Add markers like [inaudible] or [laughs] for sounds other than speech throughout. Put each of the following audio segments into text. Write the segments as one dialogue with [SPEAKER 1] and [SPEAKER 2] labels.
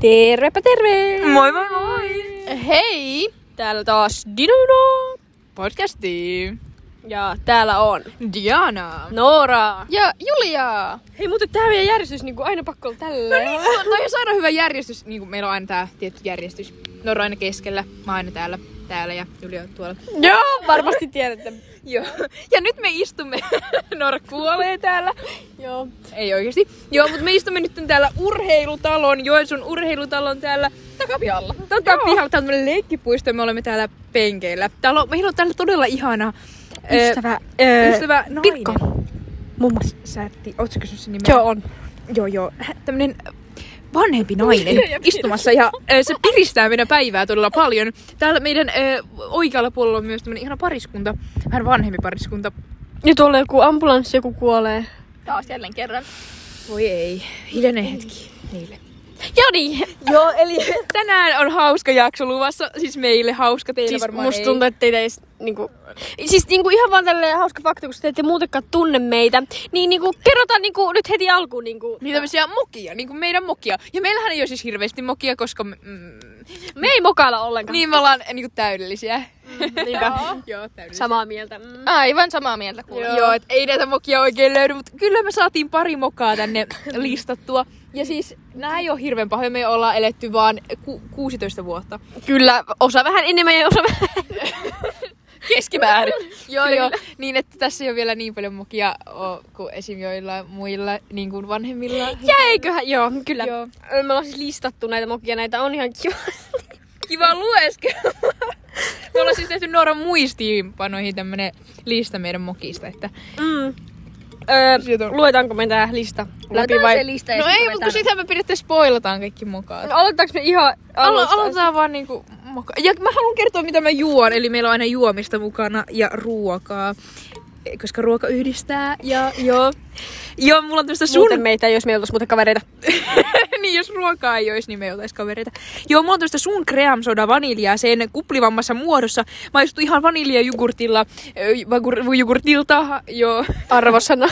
[SPEAKER 1] Tervepä terve!
[SPEAKER 2] Moi moi moi!
[SPEAKER 1] Hei! Täällä taas Dino
[SPEAKER 2] Podcasti!
[SPEAKER 1] Ja täällä on
[SPEAKER 2] Diana!
[SPEAKER 1] Noora.
[SPEAKER 2] Ja Julia!
[SPEAKER 1] Hei muuten tää meidän järjestys niinku aina pakko olla tällä.
[SPEAKER 2] No niin, toi on sairaan hyvä järjestys. Niin kuin meillä on aina tää tietty järjestys. Noora aina keskellä, mä aina täällä, täällä ja Julia on tuolla.
[SPEAKER 1] Joo, varmasti tiedätte.
[SPEAKER 2] Joo. Ja nyt me istumme. [laughs] Noora kuolee täällä.
[SPEAKER 1] Joo.
[SPEAKER 2] Ei oikeesti. Joo, mutta me istumme nyt täällä urheilutalon, Joensuun urheilutalon täällä takapihalla. Tota pihalla. Tää on tämmönen leikkipuisto ja me olemme täällä penkeillä. Täällä on, meillä on täällä todella ihana ö,
[SPEAKER 1] Ystävä. Öö,
[SPEAKER 2] ystävä Pirkko.
[SPEAKER 1] Mummas.
[SPEAKER 2] Sä et, ootko kysynyt sen nimen?
[SPEAKER 1] Joo on.
[SPEAKER 2] Joo, joo. Hä, Tämmönen vanhempi nainen istumassa ja ö, se piristää meidän päivää todella paljon. Täällä meidän ö, oikealla puolella on myös tämmönen ihana pariskunta, vähän vanhempi pariskunta.
[SPEAKER 1] Ja tuolla joku ambulanssi joku kuolee.
[SPEAKER 2] Taas jälleen kerran. Voi ei, hiljainen hetki niille.
[SPEAKER 1] Joo niin.
[SPEAKER 2] Joo, eli tänään on hauska jakso luvassa, siis meille hauska, teille
[SPEAKER 1] Siis
[SPEAKER 2] varmaan
[SPEAKER 1] musta
[SPEAKER 2] ei.
[SPEAKER 1] tuntuu, että teitä ei s- niinku... Siis niinku ihan vaan tälleen hauska fakta, kun te ette muutenkaan tunne meitä. Niin niinku kerrotaan niinku nyt heti alkuun niinku...
[SPEAKER 2] Niin tämmöisiä mokia, niin kuin meidän mokia. Ja meillähän ei ole siis hirveästi mokia, koska me, mm,
[SPEAKER 1] Me ei mokailla ollenkaan.
[SPEAKER 2] niin me ollaan niin kuin täydellisiä.
[SPEAKER 1] Niinpä.
[SPEAKER 2] Joo, täydellisiä.
[SPEAKER 1] Samaa mieltä. Mm.
[SPEAKER 3] Aivan samaa mieltä kuulee.
[SPEAKER 2] Joo, Joo et ei näitä mokia oikein löydy, mutta kyllä me saatiin pari mokaa tänne listattua. Ja siis nämä ei ole hirveän pahoja, me ollaan eletty vaan ku- 16 vuotta.
[SPEAKER 1] Kyllä, osa vähän enemmän ja osa vähän.
[SPEAKER 2] Keskimäärin. [laughs] joo, joo. Niin, että tässä ei ole vielä niin paljon mokia oo, kuin esim. joillain muilla niin kuin vanhemmilla.
[SPEAKER 1] Ja eiköhän, joo, kyllä.
[SPEAKER 2] Joo.
[SPEAKER 1] Me ollaan siis listattu näitä mokia, näitä on ihan kiva. [laughs]
[SPEAKER 2] Kiva lueskella. [laughs] me ollaan siis tehty Nooran muistiinpanoihin tämmönen lista meidän mokista, että...
[SPEAKER 1] Mm. Öö,
[SPEAKER 2] Sieltä on-
[SPEAKER 1] luetaanko me tää lista läpi
[SPEAKER 3] Luetaan
[SPEAKER 1] vai?
[SPEAKER 3] se lista ja
[SPEAKER 2] No ei,
[SPEAKER 3] sit
[SPEAKER 2] mutta kun
[SPEAKER 3] ruvetaan-
[SPEAKER 2] sitä me periaatteessa spoilataan kaikki mokaat.
[SPEAKER 1] No, Aloitetaanko me ihan
[SPEAKER 2] Alo-
[SPEAKER 1] alusta?
[SPEAKER 2] aloitetaan vaan niinku moka- Ja mä haluan kertoa, mitä mä juon. Eli meillä on aina juomista mukana ja ruokaa. Koska ruoka yhdistää. Ja joo. Joo, mulla on tämmöstä sun...
[SPEAKER 1] Muuten meitä, jos me ei oltais muuten kavereita.
[SPEAKER 2] [laughs] niin, jos ruokaa ei olisi, niin me ei oltais kavereita. Joo, mulla on tämmöstä sun kreamsoda vaniljaa sen kuplivammassa muodossa. Maistuu ihan vaniljajugurtilla. ö, vagur- Jugurtilta, joo.
[SPEAKER 1] [laughs]
[SPEAKER 2] [laughs]
[SPEAKER 1] Arvosana.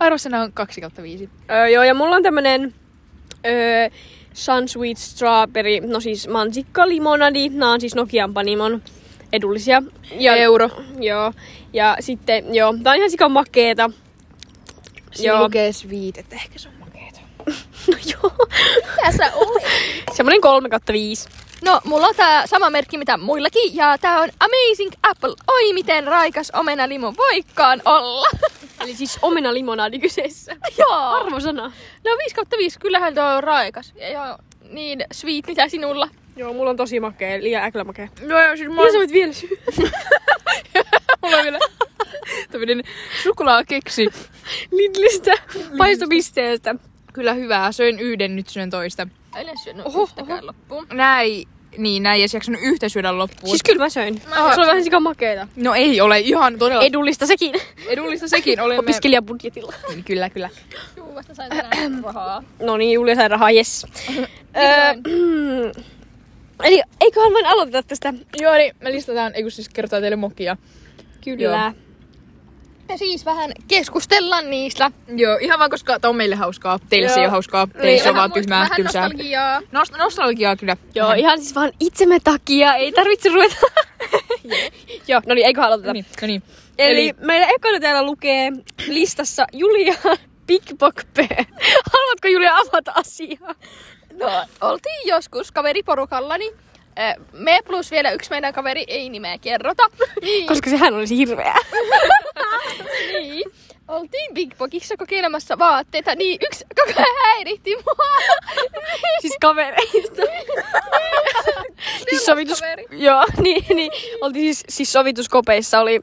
[SPEAKER 2] Arvosana on 2 kautta 5.
[SPEAKER 1] öö, joo, ja mulla on tämmönen öö, Sun Sweet Strawberry, no siis mansikka limonadi. Nää on siis Nokian panimon edullisia.
[SPEAKER 2] Ja euro.
[SPEAKER 1] Joo. Ja sitten, joo, tää on ihan sikan makeeta. [laughs]
[SPEAKER 2] Siinä lukee sweet, että ehkä se on makeeta.
[SPEAKER 1] No joo.
[SPEAKER 3] Tässä oli.
[SPEAKER 1] Semmoinen 3 kautta 5.
[SPEAKER 3] No, mulla on tää sama merkki mitä muillakin, ja tää on Amazing Apple. Oi, miten raikas omena limon voikkaan olla. [laughs]
[SPEAKER 1] Eli siis omena limonadi kyseessä.
[SPEAKER 3] Joo.
[SPEAKER 1] Arvosana.
[SPEAKER 3] No 5 kautta 5, kyllähän tuo on raikas. Ja, ja niin sweet mitä sinulla.
[SPEAKER 1] Joo, mulla on tosi makea, liian äklä makea.
[SPEAKER 2] No joo, siis mä
[SPEAKER 1] Mitä sä voit vielä syödä?
[SPEAKER 2] Mulla on vielä tämmönen suklaakeksi.
[SPEAKER 1] Lidlistä. Paistopisteestä.
[SPEAKER 2] Kyllä hyvää, söin yhden, nyt syön toista.
[SPEAKER 3] En edes syönyt
[SPEAKER 1] Oho,
[SPEAKER 3] oho, yhtäkään loppuun.
[SPEAKER 2] Näin, niin näin, ja jaksanut yhtä syödä loppuun.
[SPEAKER 1] Siis kyllä mä söin.
[SPEAKER 3] Mä-
[SPEAKER 1] Se oli vähän sikan makeeta.
[SPEAKER 2] no ei ole, ihan todella
[SPEAKER 1] Edullista [laughs] sekin.
[SPEAKER 2] edullista sekin. Olemme...
[SPEAKER 1] Opiskelijabudjetilla.
[SPEAKER 2] Niin, Kyllä, kyllä.
[SPEAKER 3] Juu, vasta sain tänään rahaa.
[SPEAKER 1] No niin, Julia sai rahaa, [laughs] jes. Öö, [clears throat] Eli eiköhän vain aloiteta tästä.
[SPEAKER 2] Joo, niin me listataan, ei kun siis kertoa teille mokia.
[SPEAKER 1] Kyllä.
[SPEAKER 3] Ja siis vähän keskustellaan niistä.
[SPEAKER 2] Joo, ihan vaan koska tää on meille hauskaa. Teille se ei
[SPEAKER 1] Joo.
[SPEAKER 2] ole hauskaa,
[SPEAKER 3] Niin,
[SPEAKER 2] teille se on vaan
[SPEAKER 3] vähän muist-
[SPEAKER 2] tyhmää,
[SPEAKER 3] Vähän
[SPEAKER 2] tylsää.
[SPEAKER 3] nostalgiaa.
[SPEAKER 2] Nost- nostalgiaa kyllä.
[SPEAKER 1] Joo, ihan siis vaan itsemme takia. Ei tarvitse ruveta. [laughs] Joo, no niin, eiköhän aloiteta.
[SPEAKER 2] No niin, no niin.
[SPEAKER 1] Eli, meillä ekana täällä lukee listassa Julia Pickpockpee. Haluatko Julia avata asiaa?
[SPEAKER 3] No, oltiin joskus kaveriporukallani. Ö, Me plus vielä yksi meidän kaveri, ei nimeä
[SPEAKER 2] [laughs]
[SPEAKER 3] kerrota. Niin,
[SPEAKER 1] Koska sehän olisi hirveä.
[SPEAKER 3] niin. Oltiin Big Bogissa kokeilemassa vaatteita, niin yksi koko ajan häiritti mua.
[SPEAKER 1] siis kavereista. siis sovitus...
[SPEAKER 3] kaveri.
[SPEAKER 1] Joo, [laughs] niin, niin. Oltiin siis, siis sovituskopeissa oli...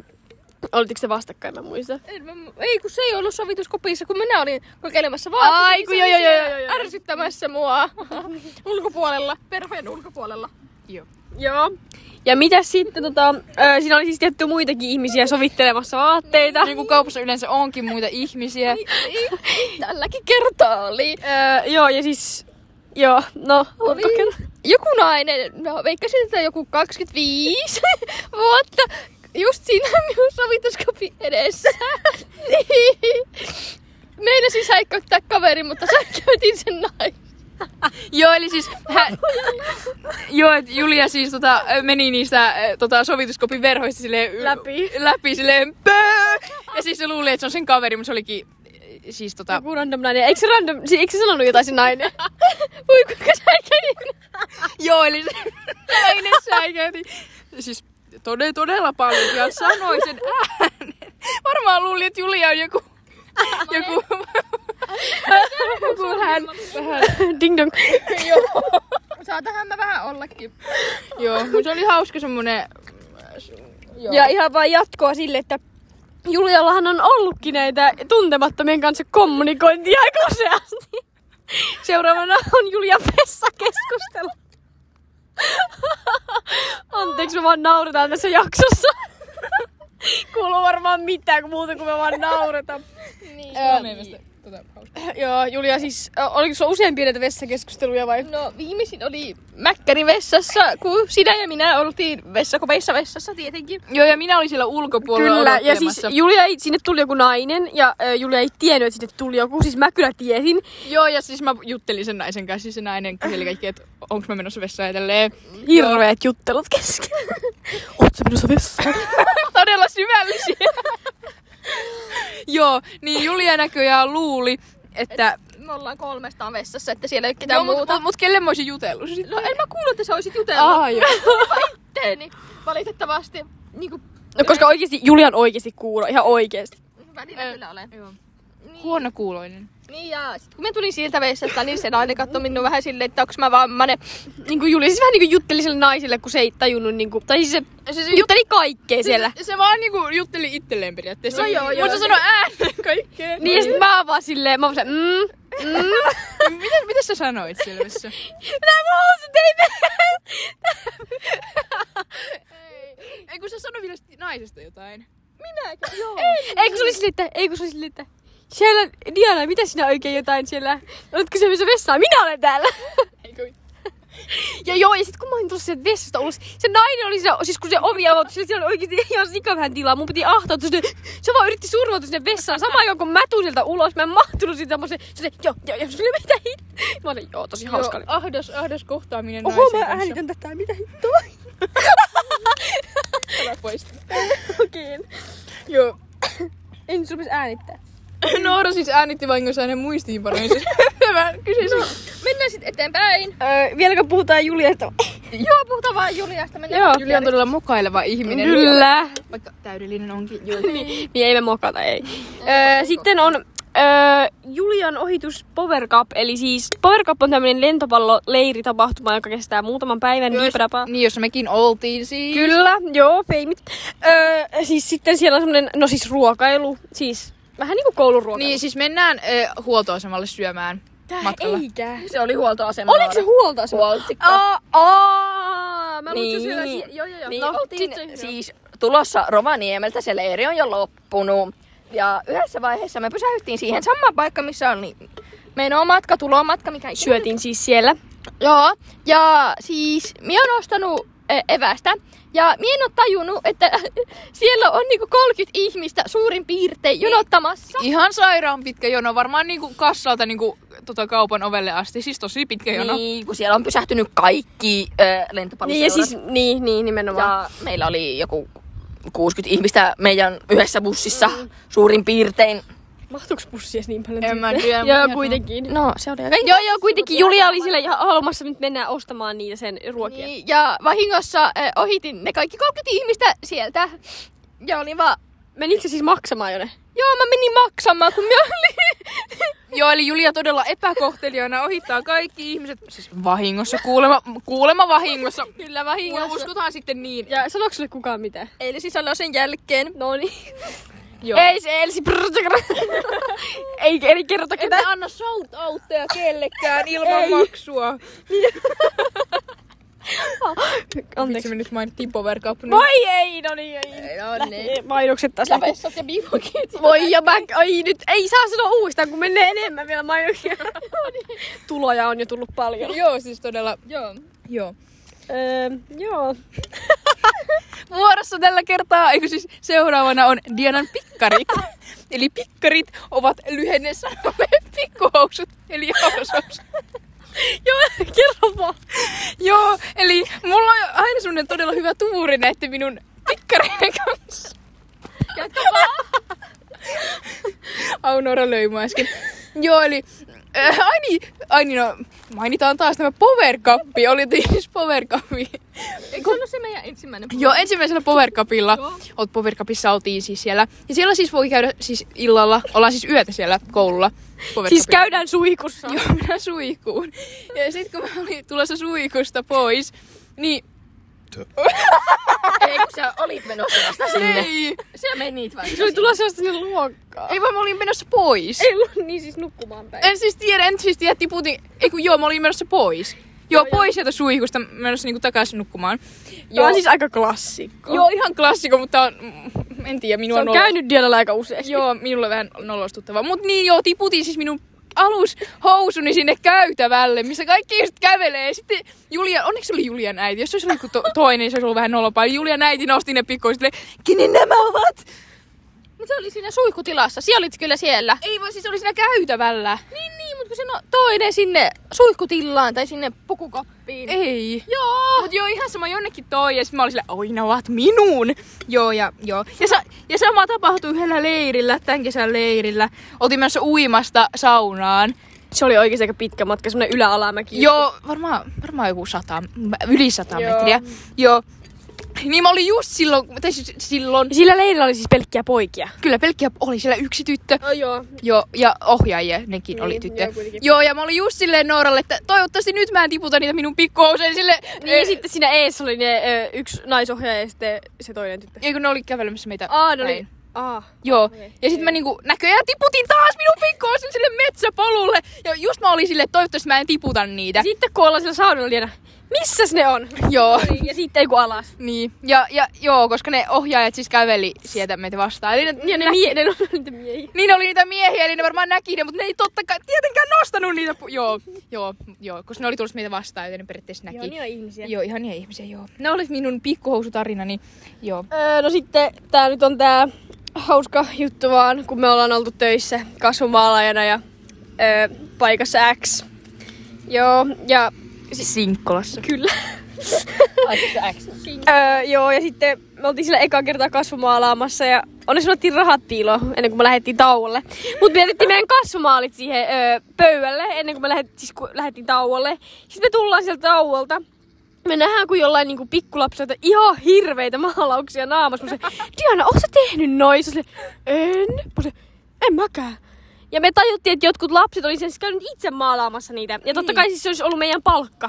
[SPEAKER 1] Oltiinko se vastakkain, mä en muista.
[SPEAKER 3] En mä mu- Ei, kun se ei ollut sovituskopissa, kun minä olin kokeilemassa vaatteita.
[SPEAKER 1] Ai,
[SPEAKER 3] niin
[SPEAKER 1] kun
[SPEAKER 3] se
[SPEAKER 1] joo,
[SPEAKER 3] oli
[SPEAKER 1] joo, joo,
[SPEAKER 3] siellä
[SPEAKER 1] joo, joo, joo.
[SPEAKER 3] Ärsyttämässä
[SPEAKER 1] [laughs]
[SPEAKER 3] mua. ulkopuolella, perheen ulkopuolella.
[SPEAKER 2] Joo.
[SPEAKER 1] Joo. Ja mitä sitten, tota, ö, siinä oli siis tietty muitakin ihmisiä sovittelemassa vaatteita.
[SPEAKER 3] Niinku-
[SPEAKER 2] Niin kuin kaupassa yleensä onkin muita ihmisiä.
[SPEAKER 3] Niin, Tälläkin kertaa oli.
[SPEAKER 1] Öö, joo, ja siis... Joo, no,
[SPEAKER 3] Oli.
[SPEAKER 1] haluatko kertoa?
[SPEAKER 3] joku nainen, no veikkasin, että joku
[SPEAKER 2] [laughs]
[SPEAKER 3] 25 vuotta, just siinä minun sovituskopi
[SPEAKER 2] [laughs]
[SPEAKER 3] edessä.
[SPEAKER 2] siis
[SPEAKER 3] [laughs] niin. Meinasin säikkäyttää kaveri, mutta säikkäytin sen naisen. Joo, eli siis... Hän, joo, et Julia siis tota, meni niistä ö, tota, sovituskopin verhoista silleen...
[SPEAKER 1] Läpi.
[SPEAKER 3] Läpi silleen... Pöö! Ja siis se luuli, että se on sen kaveri, mutta se olikin... ö, Siis tota...
[SPEAKER 1] Joku random nainen. Eikö se, random, si- eikö se sanonut jotain se nainen?
[SPEAKER 2] Voi kuinka säikäin.
[SPEAKER 3] Joo, eli se... [laughs] Näin säikäytin. Siis todella, todella paljon. Ja sanoi sen äänen. Varmaan luuli, että Julia on joku... Joku... joku hän...
[SPEAKER 1] [laughs]
[SPEAKER 3] hän
[SPEAKER 1] Ding dong.
[SPEAKER 2] Joo. Saatahan mä vähän ollakin.
[SPEAKER 3] joo, mutta se oli hauska semmonen... Joo.
[SPEAKER 1] Ja ihan vain jatkoa sille, että Juliallahan on ollutkin näitä tuntemattomien kanssa kommunikointia aika useasti. Seuraavana on Julia Pessa keskustelu. [laughs] Anteeksi, me vaan nauretaan tässä jaksossa. [laughs] Kuuluu varmaan mitään muuta kuin me vaan nauretaan.
[SPEAKER 2] Niin.
[SPEAKER 1] Ää,
[SPEAKER 3] Tota, hauska.
[SPEAKER 1] Joo, Julia siis, ö, oliko sulla useampia näitä vessakeskusteluja vai?
[SPEAKER 2] No viimeisin oli Mäkkäri vessassa, kun sinä ja minä oltiin vessakopeissa vessassa tietenkin.
[SPEAKER 3] Joo, ja minä olin siellä ulkopuolella
[SPEAKER 1] Kyllä, ja siis
[SPEAKER 3] odottelemassa.
[SPEAKER 1] Julia ei, sinne tuli joku nainen ja ö, Julia ei tiennyt, että sinne tuli joku. Siis mä kyllä tiesin.
[SPEAKER 3] Joo, ja siis mä juttelin sen naisen kanssa, siis se nainen kyseli kaikki, että onko mä menossa vessaan ja tälleen.
[SPEAKER 1] Hirveet juttelut kesken. Ootko menossa vessaan?
[SPEAKER 3] Todella [laughs] syvällisiä. Joo, niin Julia näköjään luuli, että...
[SPEAKER 2] Me ollaan kolmestaan vessassa, että siellä ei ole
[SPEAKER 3] Joo,
[SPEAKER 2] ketään
[SPEAKER 3] mut,
[SPEAKER 2] muuta.
[SPEAKER 3] mut, mut kelle mä olisin jutellut? Siis-
[SPEAKER 2] No en mä kuullut, että sä olisit jutellut
[SPEAKER 3] Ah, joo.
[SPEAKER 2] teeni. Valitettavasti niinku
[SPEAKER 1] No koska oikeesti, Julian oikeesti kuulo, ihan oikeesti.
[SPEAKER 2] välillä kyllä olen.
[SPEAKER 3] Joo.
[SPEAKER 2] Niin.
[SPEAKER 3] Huono kuuloinen.
[SPEAKER 2] Niin ja sit kun mä tulin sieltä vessasta, niin se nainen katsoi minua vähän silleen, että onks mä vammanen.
[SPEAKER 1] Niin kuin Julia siis vähän niinku jutteli sille naiselle, kun se ei tajunnut niinku, tai siis se
[SPEAKER 3] Siis
[SPEAKER 1] jutteli kaikkea siellä.
[SPEAKER 3] Se, se vaan niinku jutteli itselleen periaatteessa.
[SPEAKER 2] No joo, joo.
[SPEAKER 3] Mutta se sanoi ääneen kaikkeen.
[SPEAKER 1] Niin ja sit mä oon vaan silleen, mä oon se, mm,
[SPEAKER 2] [laughs]
[SPEAKER 1] mm.
[SPEAKER 3] No Mitä, mitä sä sanoit silmissä?
[SPEAKER 1] Nää mun housut ei
[SPEAKER 3] [laughs]
[SPEAKER 1] [laughs]
[SPEAKER 3] Ei kun sä sanoit vielä naisesta jotain.
[SPEAKER 2] Minäkö? Joo.
[SPEAKER 1] Ei kun se oli silleen, että, ei kun se oli silleen, että siellä, Diana, mitä sinä oikein jotain siellä? Oletko se missä vessaan? Minä olen täällä.
[SPEAKER 3] Eikö?
[SPEAKER 1] Ja joo, ja sit kun mä olin tuossa sieltä vessasta ulos, se nainen oli siinä, siis kun se ovi avautui, sillä siellä oli oikeesti ihan sika vähän tilaa, mun piti ahtautua sinne, se vaan yritti survautua sinne vessaan, sama aikaan kun mä tuun sieltä ulos, mä en mahtunut siitä semmoisen, se oli, joo, joo, joo, se oli mitä hit. Mä olin, joo, tosi hauska. oli.
[SPEAKER 3] Joo, ahdas, ahdas kohtaaminen
[SPEAKER 1] Oho, mä
[SPEAKER 3] naisen kanssa.
[SPEAKER 1] äänitän tätä, mitä hittoa? [laughs]
[SPEAKER 3] Älä poista.
[SPEAKER 1] Okei. Joo. En sun äänittää.
[SPEAKER 3] [laughs] Noora siis äänitti vahingossa hänen muistiinpanoinsa. Siis Tämä kyseisen. No.
[SPEAKER 2] Mennään sit eteenpäin.
[SPEAKER 1] Öö, vieläkö puhutaan Juliasta?
[SPEAKER 2] Joo, puhutaan vaan Juliasta. Mennään
[SPEAKER 1] Joo.
[SPEAKER 3] Julia on todella mokaileva ihminen.
[SPEAKER 1] Kyllä.
[SPEAKER 3] Vaikka täydellinen onkin. Joo.
[SPEAKER 1] Niin, ei me mokata, ei. Öö, sitten on öö, Julian ohitus Power Cup, eli siis Power Cup on tämmöinen lentopalloleiritapahtuma, joka kestää muutaman päivän. diipadapa.
[SPEAKER 3] Niin, jossa mekin oltiin siis.
[SPEAKER 1] Kyllä, joo, feimit. Öö, siis sitten siellä on semmoinen, no siis ruokailu, siis vähän niinku kouluruokailu.
[SPEAKER 3] Niin, siis mennään äh, huoltoasemalle syömään
[SPEAKER 1] Tää
[SPEAKER 3] matkalla.
[SPEAKER 1] Eikä.
[SPEAKER 2] Se oli huoltoasema.
[SPEAKER 1] Oliko se huolta
[SPEAKER 2] huoltsikko?
[SPEAKER 3] Aa, aa, mä
[SPEAKER 2] Niin.
[SPEAKER 3] luulen, että se syödään- Joo, joo, joo.
[SPEAKER 2] Niin,
[SPEAKER 3] No,
[SPEAKER 2] oltiin
[SPEAKER 3] sit se-
[SPEAKER 2] siis tulossa Rovaniemeltä, se leiri on jo loppunut. Ja yhdessä vaiheessa me pysähdyttiin siihen samaan paikkaan, missä on niin menomatka, tulomatka, mikä ikinä.
[SPEAKER 1] Syötiin siis siellä.
[SPEAKER 2] Joo, ja siis minä oon ostanut eh, evästä. Ja minä en ole tajunnut, että [laughs] siellä on niinku 30 ihmistä suurin piirtein jonottamassa.
[SPEAKER 3] Ihan sairaan pitkä jono, varmaan niinku kassalta niinku tota kaupan ovelle asti, siis tosi pitkä jono.
[SPEAKER 2] Niin, kun siellä on pysähtynyt kaikki äh,
[SPEAKER 1] Niin ja siis, niin, niin nimenomaan.
[SPEAKER 2] Ja meillä oli joku 60 ihmistä meidän yhdessä bussissa mm. suurin piirtein.
[SPEAKER 1] Mahtuuko bussia niin paljon?
[SPEAKER 3] En mä tiedä, mut
[SPEAKER 1] Joo,
[SPEAKER 3] ihan
[SPEAKER 1] kuitenkin.
[SPEAKER 2] No, se oli aika...
[SPEAKER 1] Joo, joo, kuitenkin Julia oli siellä ihan haluamassa, nyt mennään ostamaan niitä sen ruokia.
[SPEAKER 2] Niin, ja vahingossa eh, ohitin ne kaikki 30 ihmistä sieltä. Ja olin vaan...
[SPEAKER 1] Menikö se siis maksamaan jo ne?
[SPEAKER 2] Joo, mä menin maksamaan, kun mä olin...
[SPEAKER 3] Joo, eli Julia todella epäkohtelijoina ohittaa kaikki ihmiset. Siis vahingossa, kuulema, kuulema vahingossa.
[SPEAKER 2] Kyllä
[SPEAKER 3] Kuule,
[SPEAKER 2] vahingossa.
[SPEAKER 3] uskotaan sitten niin.
[SPEAKER 1] Ja sanoiko sulle kukaan mitään?
[SPEAKER 2] Eli sanoi sen jälkeen.
[SPEAKER 1] No niin.
[SPEAKER 3] Joo.
[SPEAKER 1] Ei se Elsi. Ei, ei kerrota
[SPEAKER 3] Emme
[SPEAKER 1] ketään.
[SPEAKER 3] anna shoutoutteja kellekään ilman Ei. maksua. Miksi
[SPEAKER 1] Anteeksi.
[SPEAKER 3] me nyt mainittiin Power Cup? Niin...
[SPEAKER 1] Voi ei, no niin, ei.
[SPEAKER 2] No niin.
[SPEAKER 1] Lähtee Mainokset taas.
[SPEAKER 2] Ja
[SPEAKER 1] lähtee.
[SPEAKER 2] vessat ja biivokit.
[SPEAKER 1] Voi ja mä, ai nyt, ei saa sanoa uudestaan, kun menee enemmän vielä mainoksia. No niin. Tuloja on jo tullut paljon.
[SPEAKER 3] Joo, siis todella.
[SPEAKER 2] Joo.
[SPEAKER 3] Joo.
[SPEAKER 1] Öö, [laughs] joo.
[SPEAKER 3] Vuorossa tällä kertaa, eikö siis seuraavana on Dianan [laughs] pikkarit. [laughs] Eli pikkarit ovat lyhenne sanalle pikkuhousut, eli hausousut. Joo, kerro vaan. [laughs] Joo, eli mulla on aina semmonen todella hyvä tuuri näette minun pikkareiden kanssa.
[SPEAKER 2] Jatka vaan.
[SPEAKER 3] [laughs] Aunora löi mua äsken. Joo, eli äh, ai, niin, ai niin, no, mainitaan taas tämä Power Cup. Oli siis Power Cup.
[SPEAKER 2] Eikö se ollut se meidän ensimmäinen
[SPEAKER 3] Joo, ensimmäisellä Power Cupilla. Oot Power Cupissa oltiin siis siellä. Ja siellä siis voi käydä siis illalla, ollaan siis yötä siellä koululla. Power
[SPEAKER 1] Siis
[SPEAKER 3] Cupilla.
[SPEAKER 1] käydään suihkussa.
[SPEAKER 3] Joo, minä suihkuun. Ja sit kun mä olin tulossa suihkusta pois, niin
[SPEAKER 2] Ei, kun sä olit menossa vasta
[SPEAKER 1] Niin.
[SPEAKER 2] sinne.
[SPEAKER 3] ei,
[SPEAKER 2] Sä menit vasta
[SPEAKER 1] Se oli tulossa vasta sinne luokkaan.
[SPEAKER 3] ei vaan mä olin menossa pois.
[SPEAKER 1] Ei lu- niin siis nukkumaan päin.
[SPEAKER 3] En siis tiedä, en siis tiedä, tiputin, ei kun joo, mä olin menossa pois. Joo, pois sieltä suihkusta, menossa niinku takaisin nukkumaan.
[SPEAKER 1] Tämä
[SPEAKER 3] Joo,
[SPEAKER 1] on siis aika klassikko.
[SPEAKER 3] joo, ihan klassikko, mutta on, mm, en tiedä, minua
[SPEAKER 1] Se on käynyt dielellä aika useasti.
[SPEAKER 3] Joo, minulle vähän nolostuttavaa. Mut niin joo, tiputin siis minun alushousuni sinne käytävälle, missä kaikki just kävelee. Sitten Julia, onneksi se oli Julian äiti. Jos se olisi ollut joku to- toinen, se olisi ollut vähän nolompaa. Julian äiti nosti ne pikkuiset, kenen nämä ovat?
[SPEAKER 2] Mut se oli siinä suihkutilassa. Sä olit kyllä siellä.
[SPEAKER 3] Ei vaan, siis se oli siinä käytävällä.
[SPEAKER 2] Niin, niin, mut kun se no, toinen sinne suihkutilaan tai sinne pukukoppiin.
[SPEAKER 3] Ei.
[SPEAKER 2] Joo.
[SPEAKER 3] Mut joo, ihan sama jonnekin toi. Ja sit mä olin sillä, oi ne ovat minun. Joo, ja joo. Ja, sa- ja sama tapahtui yhdellä leirillä, tämän kesän leirillä. Oltiin menossa uimasta saunaan.
[SPEAKER 1] Se oli oikeasti aika pitkä matka, semmonen yläalamäki.
[SPEAKER 3] Joo, varmaan, varmaan joku sata, yli sata Joo. metriä. Joo. Niin mä olin just silloin, tai siis silloin,
[SPEAKER 1] Ja sillä leirillä oli siis pelkkiä poikia.
[SPEAKER 3] kyllä pelkkiä oli siellä yksi tyttö.
[SPEAKER 1] Oh, joo.
[SPEAKER 3] Joo, ja ohjaajia nekin oli
[SPEAKER 1] Niin,
[SPEAKER 3] tyttö.
[SPEAKER 1] joo, kuitenkin.
[SPEAKER 3] Joo, ja mä olin just silleen Nooralle, että toivottavasti nyt mä en tiputa niitä minun pikkuhousuja sille.
[SPEAKER 1] Niin, ja sitten siinä eessä oli ne ö, yksi naisohjaaja ja sitten se toinen tyttö.
[SPEAKER 3] Ei kun ne oli kävelemässä meitä.
[SPEAKER 1] Aa, ne oli...
[SPEAKER 3] päin.
[SPEAKER 1] Aa.
[SPEAKER 3] Joo,
[SPEAKER 1] Okei.
[SPEAKER 3] ja sitten mä niinku näköjään tiputin taas minun pikkuhousun sille metsäpolulle. Ja just mä olin silleen, että toivottavasti mä en tiputa niitä.
[SPEAKER 1] Ja sitten kun ollaan siellä saunalla, niin aina, missäs ne on?
[SPEAKER 3] Joo.
[SPEAKER 1] Ja sitten ei kun alas.
[SPEAKER 3] Niin. Ja, ja joo, koska ne ohjaajat siis käveli sieltä meitä vastaan. Eli ne,
[SPEAKER 1] Ja ne, mie- ne on [laughs] niitä miehiä.
[SPEAKER 3] Niin oli niitä miehiä, eli ne varmaan näki ne, mutta ne ei totta kai tietenkään nostanut niitä. Pu- joo, joo, joo, koska ne oli tullut meitä vastaan, joten ne periaatteessa näki.
[SPEAKER 1] on ihmisiä.
[SPEAKER 3] Joo, ihania ihmisiä, joo. Ne olivat minun pikkuhousutarinani, joo.
[SPEAKER 1] Öö, no sitten tää nyt on tää hauska juttu vaan, kun me ollaan oltu töissä kasvumaalajana ja öö, paikassa X. Joo, ja
[SPEAKER 3] Sinkkolassa.
[SPEAKER 1] kyllä. [laughs] öö, joo, ja sitten me oltiin sillä eka kertaa kasvumaalaamassa ja onneksi me otettiin rahat piiloon ennen kuin me lähdettiin tauolle. Mut me jätettiin meidän kasvumaalit siihen öö, pöydälle ennen kuin me lähdettiin, siis kun lähdettiin tauolle. Sitten me tullaan sieltä tauolta. Me nähdään, kun jollain niinku pikkulapselta ihan hirveitä maalauksia naamassa. Mä se, Diana, oot sä tehnyt noin? Se, en. Mä se, en mäkään. Ja me tajuttiin, että jotkut lapset oli siis käynyt itse maalaamassa niitä. Ja totta
[SPEAKER 3] Niin.
[SPEAKER 1] kai siis se olisi ollut meidän palkka.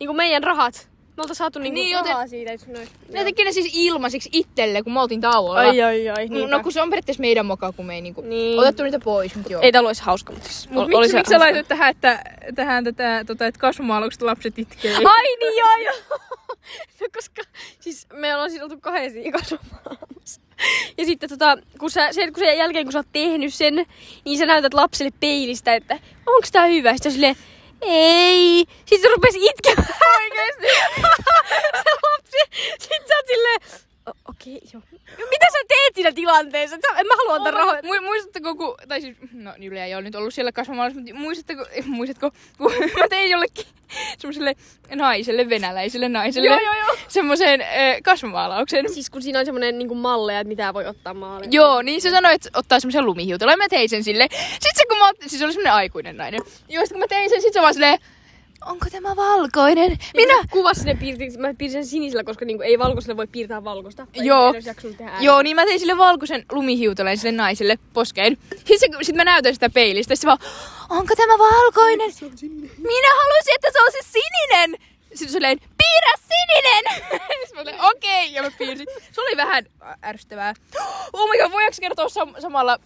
[SPEAKER 1] Niinku meidän rahat. Me oltais saatu niinku
[SPEAKER 3] Niin, joten-
[SPEAKER 1] rahaa siitä, että noin.
[SPEAKER 3] Ne teki ne siis ilmaiseksi itselle, kun me oltiin tauolla.
[SPEAKER 1] Ai, ai, ai.
[SPEAKER 3] No, no kun se on periaatteessa meidän moka, kun me ei niinku
[SPEAKER 1] Niin.
[SPEAKER 3] otettu niitä pois, mutta joo.
[SPEAKER 1] Ei tää ollut edes hauska, mutta siis
[SPEAKER 3] No
[SPEAKER 4] Mut miksi, miksi sä laitoit tähän, että, tähän tätä, tota, että kasvumaalukset lapset itkee?
[SPEAKER 1] [laughs] Ai niin, joo, joo. No koska, siis me ollaan siis oltu kahdesti kasvamassa. Ja sitten tota, kun sä, sen, kun sen jälkeen kun sä oot tehnyt sen, niin sä näytät lapselle peilistä, että onks tää hyvä? Sitten se on silleen, ei. Sitten se rupesi itkemään oikeesti. [laughs] se lapsi. Sitten sä oot silleen, "O- okei, okay, joo. No, Mitä sä teet siinä tilanteessa? Sä- En mä halua antaa rahoja.
[SPEAKER 3] Mu- muistatteko, kun, tai siis, no Julia ei ole nyt ollut siellä kasvamaalassa, mutta muistatteko, eh, muistatko, kun [laughs] mä tein jollekin semmoiselle naiselle, venäläiselle naiselle,
[SPEAKER 1] Joo, joo, joo.
[SPEAKER 3] semmoisen eh, kasvomaalauksen.
[SPEAKER 1] Siis kun siinä on semmonen niinku malleja, että mitä voi ottaa maalle.
[SPEAKER 3] Joo, niin se sanoi, että ottaa semmoisen lumihiutalla ja mä tein sen sille. Sitten se, kun mä, ot- siis se oli semmoinen aikuinen nainen. Joo, sit kun mä tein sen, sit se vaan silleen, onko tämä valkoinen? Minä,
[SPEAKER 1] Minä kuvassa ne piirtin, mä piirsin sen sinisellä, koska niinku ei valkoisella voi piirtää valkoista. Tai
[SPEAKER 3] Joo.
[SPEAKER 1] en olisi jaksanut tehdä
[SPEAKER 3] Joo, niin mä tein sille valkoisen lumihiutaleen sille naiselle poskeen. Sitten se, sit mä näytän sitä peilistä, sit se vaan, onko tämä valkoinen? Minä halusin, että se on se sininen! Sitten silleen, piirrä sininen! [laughs] Sitten mä olin, okei, ja mä piirsin. Se oli vähän ärsyttävää. Oh my god, voidaanko kertoa sam- samalla,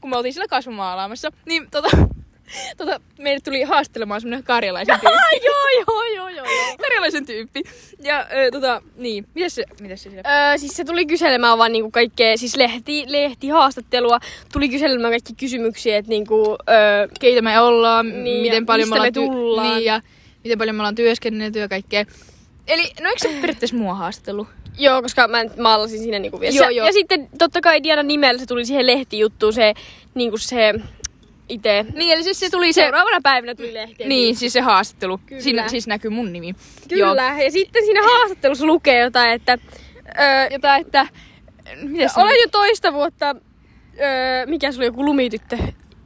[SPEAKER 3] kun me oltiin sillä kasvumaalaamassa, niin tota, tota, meille tuli haastelemaan semmonen
[SPEAKER 1] [laughs]
[SPEAKER 3] karjalaisen tyyppi.
[SPEAKER 1] Ah, joo, joo, joo, joo. joo.
[SPEAKER 3] karjalaisen tyyppi. Ja ö, tota, niin, mitäs se, mitäs se sillä
[SPEAKER 1] Öö, siis se tuli kyselemään vaan niinku kaikkea, siis lehti, lehtihaastattelua, tuli kyselemään kaikki kysymyksiä, että niinku, öö,
[SPEAKER 3] keitä me ollaan, niin,
[SPEAKER 1] Niin,
[SPEAKER 3] miten
[SPEAKER 1] ja
[SPEAKER 3] paljon
[SPEAKER 1] mistä
[SPEAKER 3] me,
[SPEAKER 1] me tullaan.
[SPEAKER 3] Ty- niin, ja miten paljon me ollaan työskennellyt ja kaikkea. Eli, no eikö se periaatteessa mua haastatellut?
[SPEAKER 1] joo, koska mä maalasin siinä niinku vielä.
[SPEAKER 3] Joo,
[SPEAKER 1] Se-
[SPEAKER 3] joo.
[SPEAKER 1] Ja sitten totta kai Diana nimellä se tuli siihen lehtijuttuun, se, niinku se itse.
[SPEAKER 3] Niin, eli siis se tuli se...
[SPEAKER 1] Seuraavana päivänä tuli lehteen.
[SPEAKER 3] Niin, siis se haastattelu.
[SPEAKER 1] Kyllä.
[SPEAKER 3] Siinä siis näkyy mun nimi.
[SPEAKER 1] Kyllä. Ja sitten siinä haastattelussa lukee jotain, että
[SPEAKER 3] Öö, jota, että... Miten se
[SPEAKER 1] olen jo toista vuotta, öö, mikä se oli, joku lumityttö.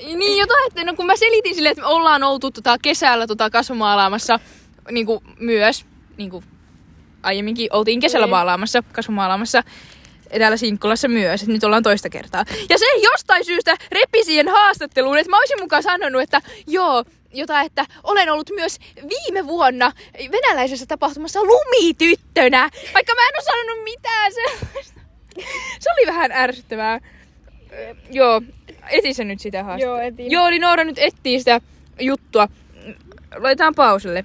[SPEAKER 3] Niin, jotain, että no kun mä selitin silleen, että me ollaan oltu tota kesällä tota kasvumaalaamassa niin kuin myös, niin kuin aiemminkin oltiin kesällä
[SPEAKER 1] Niin.
[SPEAKER 3] maalaamassa, kasvumaalaamassa täällä Sinkkulassa myös, että nyt ollaan toista kertaa. Ja se jostain syystä repi siihen haastatteluun, että mä olisin mukaan sanonut, että joo, jotain, että olen ollut myös viime vuonna venäläisessä tapahtumassa lumityttönä, vaikka mä en ole sanonut mitään sellaista. [laughs] Se oli vähän ärsyttävää. Ö, Joo, eti se nyt sitä haastaa.
[SPEAKER 1] Joo, etin.
[SPEAKER 3] Joo, eli Noora nyt etsii sitä juttua. Laitetaan pauselle.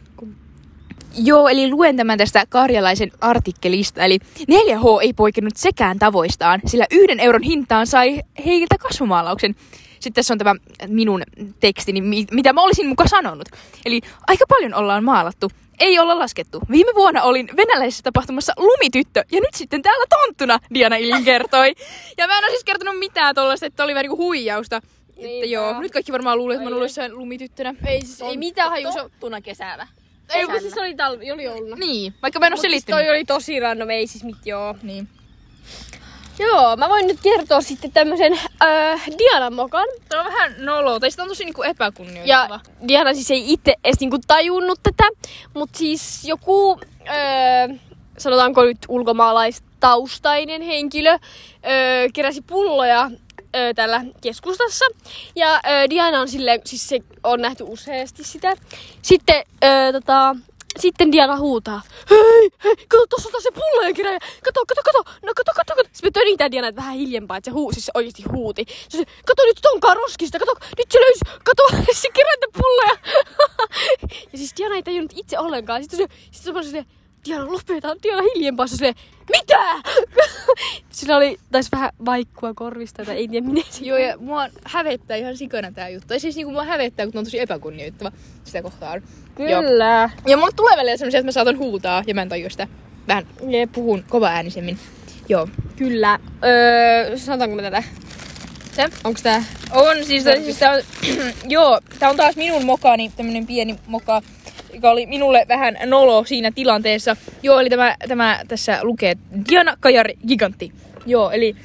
[SPEAKER 3] Joo, eli luen tämän tästä karjalaisen artikkelista. Eli 4H ei poikennut sekään tavoistaan, sillä yhden euron hintaan sai heiltä kasvumaalauksen. Sitten tässä on tämä minun tekstini, mi- mitä mä olisin muka sanonut. Eli aika paljon ollaan maalattu. Ei olla laskettu. Viime vuonna olin venäläisessä tapahtumassa lumityttö ja nyt sitten täällä tonttuna, Diana Ilin
[SPEAKER 2] [laughs]
[SPEAKER 3] kertoi. Ja mä en ole siis kertonut mitään tollaista, että oli vähän niinku huijausta. Että
[SPEAKER 1] Niin,
[SPEAKER 3] joo,
[SPEAKER 1] joo.
[SPEAKER 3] nyt kaikki varmaan luulee, että mä olen jossain lumityttönä.
[SPEAKER 2] Ei siis, ei mitään haju, se on tottuna kesällä.
[SPEAKER 1] Ei, kun siis se oli talvi, oli jouluna.
[SPEAKER 3] Niin, vaikka mä en ole
[SPEAKER 1] Mut siis
[SPEAKER 3] selittänyt.
[SPEAKER 1] toi oli tosi random, ei siis mit joo.
[SPEAKER 3] Niin.
[SPEAKER 1] Joo, mä voin nyt kertoa sitten tämmösen öö, Dianan mokan.
[SPEAKER 3] Tämä on vähän noloa, tai sitä on tosi niinku
[SPEAKER 1] Ja
[SPEAKER 3] epäkunnioittava.
[SPEAKER 1] Diana siis ei itse edes niinku tajunnut tätä, mutta siis joku, öö, sanotaanko nyt ulkomaalaistaustainen henkilö, öö, keräsi pulloja öö, täällä keskustassa. Ja öö, Diana on silleen, siis se on nähty useasti sitä. Sitten, öö, tota, sitten Diana huutaa, hei, hei, kato, tossa on taas se pullojen kirja, kato, kato, kato, no kato, kato, kato. Sitten me tönitään Diana että vähän hiljempaa, että se huu, siis se oikeesti huuti. Se, oli, kato nyt tonkaan roskista, kato, nyt se löysi, kato, [laughs] se kerätä pulloja. [laughs] ja siis Diana ei tajunnut itse ollenkaan. Sitten se, sitten se, se Diana lopeta, Diana hiljempaa, se oli, mitä? [laughs] Sillä oli, taisi vähän vaikkua korvista, tai ei tiedä miten se
[SPEAKER 3] Joo, ja mua hävettää ihan sikana tää juttu. Tai siis niinku mua hävettää, kun tää on tosi epäkunnioittava sitä kohtaan.
[SPEAKER 1] Kyllä.
[SPEAKER 3] Ja mulle tulee välillä semmoisia, että mä saatan huutaa ja mä en tajua sitä. Vähän
[SPEAKER 1] Jep.
[SPEAKER 3] puhun kova äänisemmin. Joo.
[SPEAKER 1] Kyllä. Öö, sanotaanko me tätä?
[SPEAKER 3] Se?
[SPEAKER 1] Onko tää?
[SPEAKER 3] On, siis, tai siis tää on, [clears throat] joo, tää on taas minun mokani, tämmönen pieni moka, joka oli minulle vähän nolo siinä tilanteessa. Joo, eli tämä, tämä tässä lukee Diana Kajari Gigantti. Joo, eli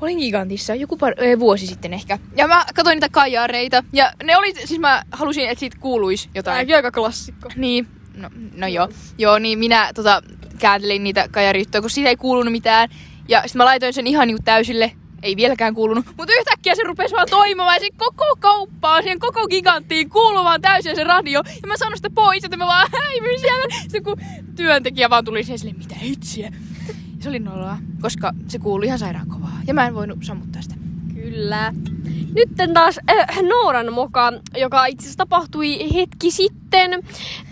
[SPEAKER 3] olin Gigantissa joku par, eh, vuosi sitten ehkä. Ja mä katsoin niitä kajareita, ja ne oli, siis mä halusin, että siitä kuuluisi jotain.
[SPEAKER 1] Tääkin aika klassikko.
[SPEAKER 3] Niin, no, no joo. Joo, niin minä tota, kääntelin niitä kajarittoja, kun siitä ei kuulunut mitään. Ja sitten mä laitoin sen ihan niinku täysille. Ei vieläkään kuulunut. Mutta yhtäkkiä se rupesi vaan toimimaan ja se koko kauppaan, siihen koko giganttiin kuulumaan täysin se radio. Ja mä sanoin sitä pois, että mä vaan häivyin siellä. Sitten kun työntekijä vaan tuli siihen silleen, mitä hitsiä. Ja se oli noloa, koska se kuului ihan sairaan kovaa. Ja mä en voinut sammuttaa sitä.
[SPEAKER 1] Kyllä. Nyt taas äh, Nooran moka, joka itse asiassa tapahtui hetki sitten.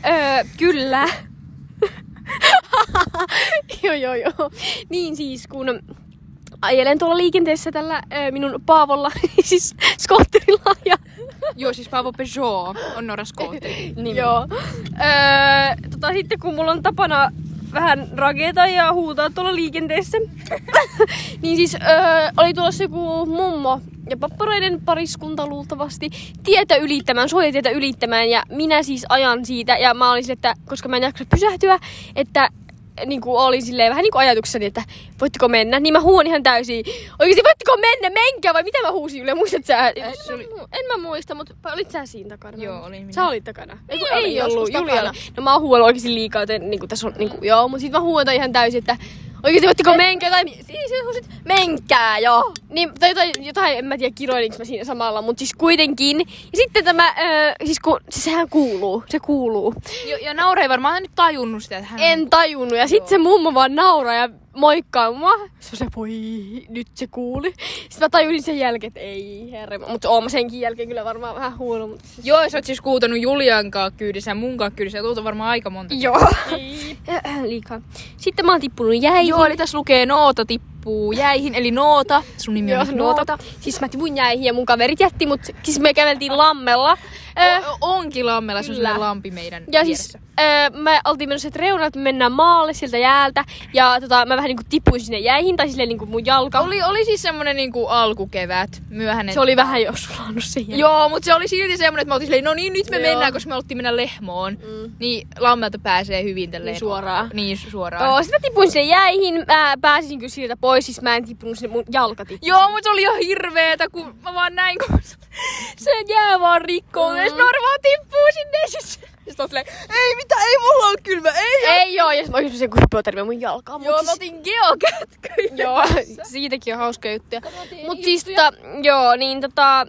[SPEAKER 1] Öö, kyllä. [laughs] joo, joo, joo. Niin siis, kun ajelen tuolla liikenteessä tällä öö, minun Paavolla, [laughs] siis skotterilla ja
[SPEAKER 3] Joo, siis Paavo Peugeot on Nora [laughs] Skootteri.
[SPEAKER 1] Niin. [laughs] Joo. Öö, tota, sitten kun mulla on tapana vähän rageta ja huutaa tuolla liikenteessä, [laughs] niin siis öö, oli tulossa joku mummo ja papparoiden pariskunta luultavasti tietä ylittämään, suojatietä ylittämään ja minä siis ajan siitä ja mä olin sille, että koska mä en jaksa pysähtyä, että niin kuin olin silleen vähän niin kuin ajatukseni, että voitteko mennä, niin mä huon ihan täysin. Oikeasti voitteko mennä, menkää vai mitä mä huusin yle, muistat sä?
[SPEAKER 2] En, mä mu- en mä muista, mutta
[SPEAKER 1] Olit sä siinä takana?
[SPEAKER 3] Joo, olin minä.
[SPEAKER 1] Sä olit takana. Ei, kun
[SPEAKER 2] Niin, olin
[SPEAKER 1] ei
[SPEAKER 2] joskus
[SPEAKER 1] ollut. Juli
[SPEAKER 2] takana.
[SPEAKER 1] oli. No mä oon huuellut oikeesti liikaa, joten niinku tässä on niinku, joo, mut sit mä huuelta ihan täysin, että oikeesti voitteko menkää tai siis sä huusit menkää joo. Niin, tai jotain, jotain, en mä tiedä kiroilinko mä siinä samalla, mut siis kuitenkin. Ja sitten tämä, öö, siis kun, siis sehän kuuluu, se kuuluu.
[SPEAKER 3] Ja, ja Naura ei varmaan nyt tajunnut sitä, että hän
[SPEAKER 1] En tajunnut ja sit se mummo vaan nauraa ja moikkaa mua. Se on se voi, nyt se kuuli. Sitten mä tajusin sen jälkeen, että ei herre, mutta oon mä senkin jälkeen kyllä varmaan vähän huono, mutta
[SPEAKER 3] Joo, sä oot siis kuutanut Julian kaa kyydissä ja mun kaa kyydissä. Ja tuota varmaan aika monta.
[SPEAKER 1] Joo. Liikaa. Sitten mä oon tippunut jäihin.
[SPEAKER 3] Joo, eli tässä lukee Noota tippuu jäihin, eli Niin, Noota. Sun nimi on
[SPEAKER 1] Joo,
[SPEAKER 3] nyt
[SPEAKER 1] noota. Siis mä tipuin jäihin ja mun kaverit jätti mut. Siis me käveltiin lammella.
[SPEAKER 2] Ö,
[SPEAKER 3] O- onkin lammella se on
[SPEAKER 1] Kyllä.
[SPEAKER 3] sellainen lampi meidän
[SPEAKER 2] Ja siis öö, me oltiin menossa sieltä reunalta, että me mennään maalle sieltä jäältä. Ja tota, mä vähän niinku tipuin sinne jäihin, tai silleen niinku mun jalka.
[SPEAKER 3] Oli, oli siis semmonen niinku alkukevät, myöhäinen.
[SPEAKER 2] Se oli vähän jo sulanut siihen.
[SPEAKER 3] Joo, mutta se oli silti semmonen, että mä oltiin silleen, no niin, nyt me
[SPEAKER 1] Joo.
[SPEAKER 3] mennään, koska me oltiin mennä lehmoon. Mm. Niin lammelta pääsee hyvin tälleen.
[SPEAKER 2] Niin suoraan.
[SPEAKER 3] Niin su- suoraan.
[SPEAKER 2] Joo,
[SPEAKER 3] Joo,
[SPEAKER 2] sitten mä tipuin sinne jäihin, mä pääsin kyllä sieltä pois, siis mä en tippunut sinne, mun jalka tippui.
[SPEAKER 3] Joo mutta se oli ihan hirveetä, kun mä vaan näin, kun [laughs] se- se jää vaan rikkoon. Mm. Ja Snorri vaan tippuu sinne. ja Siis, siis mä oon silleen, ei mitä, ei mulla on kylmä, ei.
[SPEAKER 2] Ei joo, ja sit mä oikein sen kun hypotermia mun jalkaa. mut
[SPEAKER 3] Joo,
[SPEAKER 2] siis-
[SPEAKER 3] mä otin geokätköjä.
[SPEAKER 2] Joo, siitäkin on hauska juttu. Mut siis tota, joo, niin tota...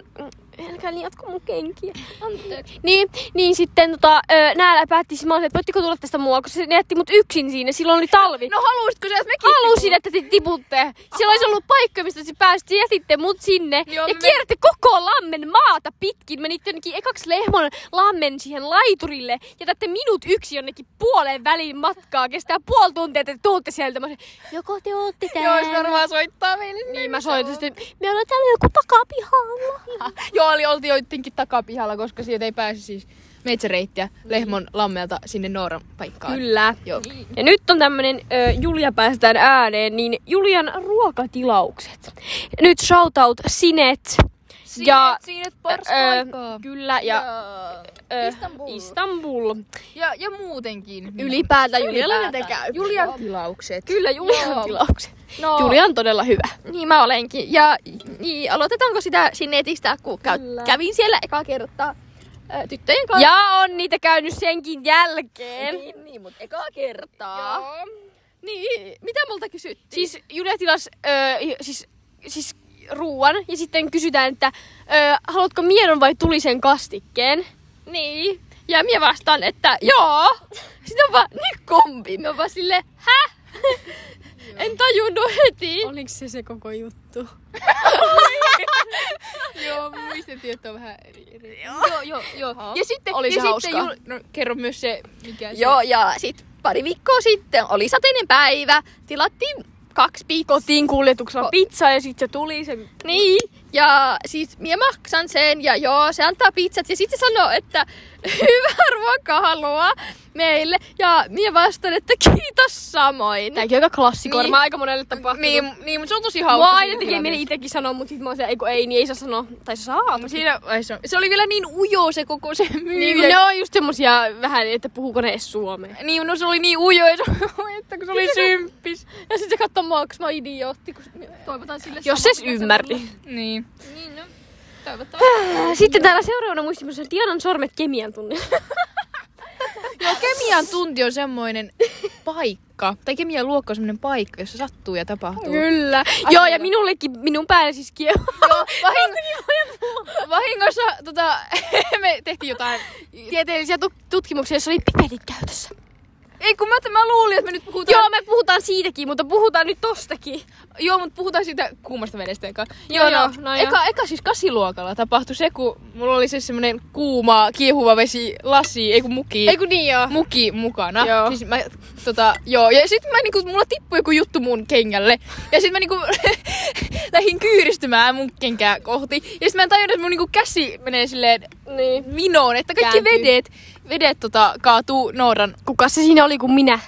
[SPEAKER 2] Älkää liiatko mun kenkiä. Anteeksi. Niin, niin sitten tota, ö, näällä päätti siis mä olin, että voitteko tulla tästä mua, koska se ne jätti mut yksin siinä, silloin oli talvi.
[SPEAKER 3] No haluaisitko sä, että mekin
[SPEAKER 2] Halusin, että te tiputte. Siellä olisi ollut paikka, mistä te pääsitte, jätitte mut sinne.
[SPEAKER 3] Joo,
[SPEAKER 2] ja
[SPEAKER 3] me-
[SPEAKER 2] kierrätte koko lammen maata pitkin. Menitte jonnekin ekaksi lehmon lammen siihen laiturille. Jätätte minut yksi jonnekin puoleen väliin matkaa. Kestää puoli tuntia, että te tuutte sieltä. Mä sanoin, joko te ootte täällä?
[SPEAKER 3] Joo, se varmaan soittaa meille. no
[SPEAKER 2] Niin mä soitin sitten, me ollaan täällä joku takapihalla.
[SPEAKER 3] Joo, oli oltiin joidenkin takapihalla, koska sieltä ei pääse siis metsäreittiä Lehmon lammelta sinne Nooran paikkaan.
[SPEAKER 2] Kyllä.
[SPEAKER 3] Joo.
[SPEAKER 2] Ja nyt on tämmönen ö, Julia päästään ääneen, niin Julian ruokatilaukset. Nyt shoutout Sinet. Ja-
[SPEAKER 3] Siinet
[SPEAKER 2] Öö, kyllä, ja ö, Istanbul. Istanbul.
[SPEAKER 3] ja, ja muutenkin.
[SPEAKER 2] Ylipäätään Julialla ne
[SPEAKER 3] Ylipäätään.
[SPEAKER 2] tekee.
[SPEAKER 3] Julian tilaukset.
[SPEAKER 2] Kyllä, Julian
[SPEAKER 3] Joo.
[SPEAKER 2] tilaukset. No.
[SPEAKER 1] Julia on todella hyvä.
[SPEAKER 2] Niin mä olenkin. Ja niin, aloitetaanko sitä sinetistä, kun käy, kävin siellä eka kertaa ö, tyttöjen kanssa.
[SPEAKER 1] Ja on niitä käynyt senkin jälkeen.
[SPEAKER 2] Niin, niin mutta ekaa kertaa.
[SPEAKER 3] Joo.
[SPEAKER 2] Niin, mitä multa kysyttiin?
[SPEAKER 1] Siis Julia tilasi öö, siis, siis ruuan ja sitten kysytään, että öö, haluatko miedon vai tulisen kastikkeen?
[SPEAKER 2] Niin. Ja minä vastaan, että joo. Sitten on vaan, nyt kombi. Mä oon vaan sille, hä? en tajunnut heti.
[SPEAKER 1] Oliko se se koko juttu?
[SPEAKER 3] Joo, mä muistettiin, että on vähän eri. eri.
[SPEAKER 2] Joo, joo, joo.
[SPEAKER 3] Ja sitten,
[SPEAKER 2] Oli
[SPEAKER 3] ja
[SPEAKER 2] se
[SPEAKER 3] sitten
[SPEAKER 2] hauskaa.
[SPEAKER 3] no, kerro myös se, mikä se...
[SPEAKER 2] Joo, ja sit pari viikkoa sitten oli sateinen päivä. Tilattiin kaksi piikkoa.
[SPEAKER 1] Kotiin kuljetuksella
[SPEAKER 2] Ko-
[SPEAKER 1] pizza ja sitten se tuli se...
[SPEAKER 2] Niin, ja siis minä maksan sen, ja joo, se antaa pizzat, ja sitten se sanoo, että [laughs] niin hyvää ruokaa haluaa meille, ja minä vastaan, että kiitos samoin.
[SPEAKER 1] Tämäkin on aika klassikoima
[SPEAKER 2] Niin.
[SPEAKER 1] niin. aika monelle tapahtunut.
[SPEAKER 3] Niin, niin, mutta se on tosi
[SPEAKER 1] Mua
[SPEAKER 3] hauska.
[SPEAKER 1] aina
[SPEAKER 3] siinä
[SPEAKER 1] tekee mieli itsekin sanoa, mutta sitten mä oon siellä, eikö ei, niin ei saa sanoa. Tai sä saat.
[SPEAKER 3] tilanteessa. Siinä vaiheessa. Se oli vielä niin ujo se koko se myyjä.
[SPEAKER 1] Niin, kun ne on just semmosia vähän, että puhuuko ne edes suomea. Niin
[SPEAKER 3] Niin, no se oli [laughs] niin ujo, ja se, että kun se oli symppis.
[SPEAKER 2] Ja sitten se katsoo mua, onko mä idiootti, kun toivotan sille
[SPEAKER 1] Jos
[SPEAKER 2] samaa,
[SPEAKER 1] se
[SPEAKER 2] mitä
[SPEAKER 1] ymmärti.
[SPEAKER 3] Niin.
[SPEAKER 2] sanoo. Niin, no, toivottavasti.
[SPEAKER 1] Sitten täällä seuraavana muistimussa on Tianan sormet kemian tunnilla.
[SPEAKER 3] Joo, kemian tunti on semmoinen paikka, tai kemian luokka on semmoinen paikka, jossa sattuu ja tapahtuu.
[SPEAKER 1] Kyllä. Joo, ja minullekin, minun päälle siis kiehuu.
[SPEAKER 3] Joo,
[SPEAKER 1] [laughs]
[SPEAKER 3] vahing- vahingossa tota, [laughs] me tehtiin jotain.
[SPEAKER 1] tieteellisiä tu- tutkimuksia, joissa oli pipelit käytössä.
[SPEAKER 3] Ei kun mä, mä luulin, että me nyt puhutaan.
[SPEAKER 1] Joo, me puhutaan siitäkin, mutta puhutaan nyt tostakin.
[SPEAKER 3] Joo, mutta puhutaan siitä kuumasta vedestä eka.
[SPEAKER 1] Joo, joo, no joo.
[SPEAKER 3] eka, eka siis kasiluokalla tapahtui se, kun mulla oli se semmoinen kuuma, kiehuva vesi lasi, ei kun muki.
[SPEAKER 1] kun niin joo.
[SPEAKER 3] muki mukana.
[SPEAKER 1] Joo.
[SPEAKER 3] Siis mä, tota, joo. Ja sit mä niinku, mulla tippui joku juttu mun kengälle. Ja sit mä niinku [laughs] lähdin kyyristymään mun kenkää kohti. Ja sit mä en tajunnut, että mun niinku käsi menee silleen
[SPEAKER 1] Niin.
[SPEAKER 3] vinoon, että kaikki
[SPEAKER 1] Kääntyy.
[SPEAKER 3] vedet, vedet tota, kaatuu Nooran, [laughs]
[SPEAKER 1] Kuka se siinä oli kuin minä?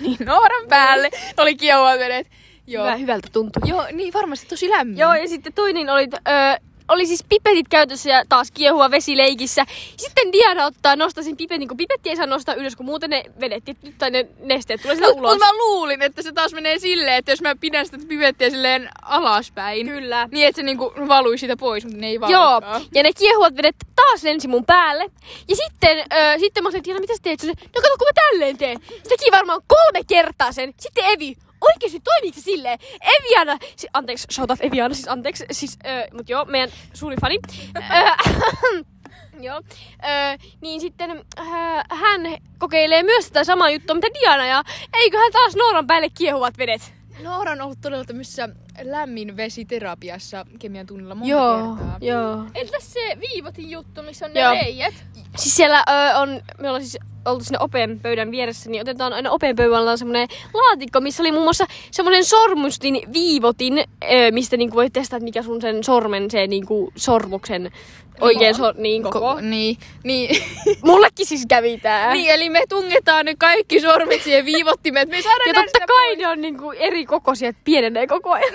[SPEAKER 3] niin, Nooran päälle. Ne oli kiehuvat vedet. Joo.
[SPEAKER 1] Hyvä, hyvältä tuntui.
[SPEAKER 3] Joo, niin varmasti tosi lämmin.
[SPEAKER 1] Joo, ja sitten toinen oli, ö, oli siis pipetit käytössä ja taas kiehua vesileikissä. Sitten Diana ottaa, nostaa sen pipetin, kun pipetti ei saa nostaa ylös, kun muuten ne vedet tit- tai ne nesteet tulee sieltä
[SPEAKER 3] Mut, mut
[SPEAKER 1] ulos.
[SPEAKER 3] mä luulin, että se taas menee silleen, että jos mä pidän sitä pivettiä silleen alaspäin,
[SPEAKER 1] Kyllä.
[SPEAKER 3] niin että se niinku valui siitä pois, mutta ne ei
[SPEAKER 1] Joo,
[SPEAKER 3] valukaan.
[SPEAKER 1] ja ne kiehuvat vedet taas lensi mun päälle. Ja sitten, öö, sitten mä sanoin, Tiina, mitä sä teet? Se oli, no kato, kun mä tälleen teen. Se teki varmaan kolme kertaa sen. Sitten Evi, oikeesti toimiiko se silleen? Eviana, si- anteeksi, shoutout Eviana, siis anteeksi, siis, öö, mut joo, meidän suuri fani. Öö, [laughs] Joo. Öö, niin sitten öö, hän kokeilee myös tätä samaa juttua, mitä Diana, ja eiköhän taas Nooran päälle kiehuvat vedet.
[SPEAKER 3] Noora on ollut todella tämmöisessä lämmin vesiterapiassa kemian tunnilla monta
[SPEAKER 1] Joo,
[SPEAKER 3] kertaa.
[SPEAKER 1] joo.
[SPEAKER 4] Entäs se viivotin juttu, missä on ne
[SPEAKER 1] Joo.
[SPEAKER 4] reijät?
[SPEAKER 1] Siis siellä ö, on, me ollaan siis oltu sinne opean pöydän vieressä, niin otetaan aina opean pöydällä on semmoinen laatikko, missä oli muun muassa semmoinen sormustin viivotin, ö, mistä niinku voit testata, että mikä sun sen sormen, se niinku sormuksen oikein sor, niin koko.
[SPEAKER 3] Ko- niin, niin.
[SPEAKER 1] Mullekin siis kävi tää.
[SPEAKER 3] [laughs] niin, eli me tungetaan ne kaikki sormet siihen viivottimeen, että me saadaan
[SPEAKER 1] Ja
[SPEAKER 3] nähdä
[SPEAKER 1] totta
[SPEAKER 3] sitä Niin.
[SPEAKER 1] kai ne on niinku eri kokoisia, että pienenee koko ajan.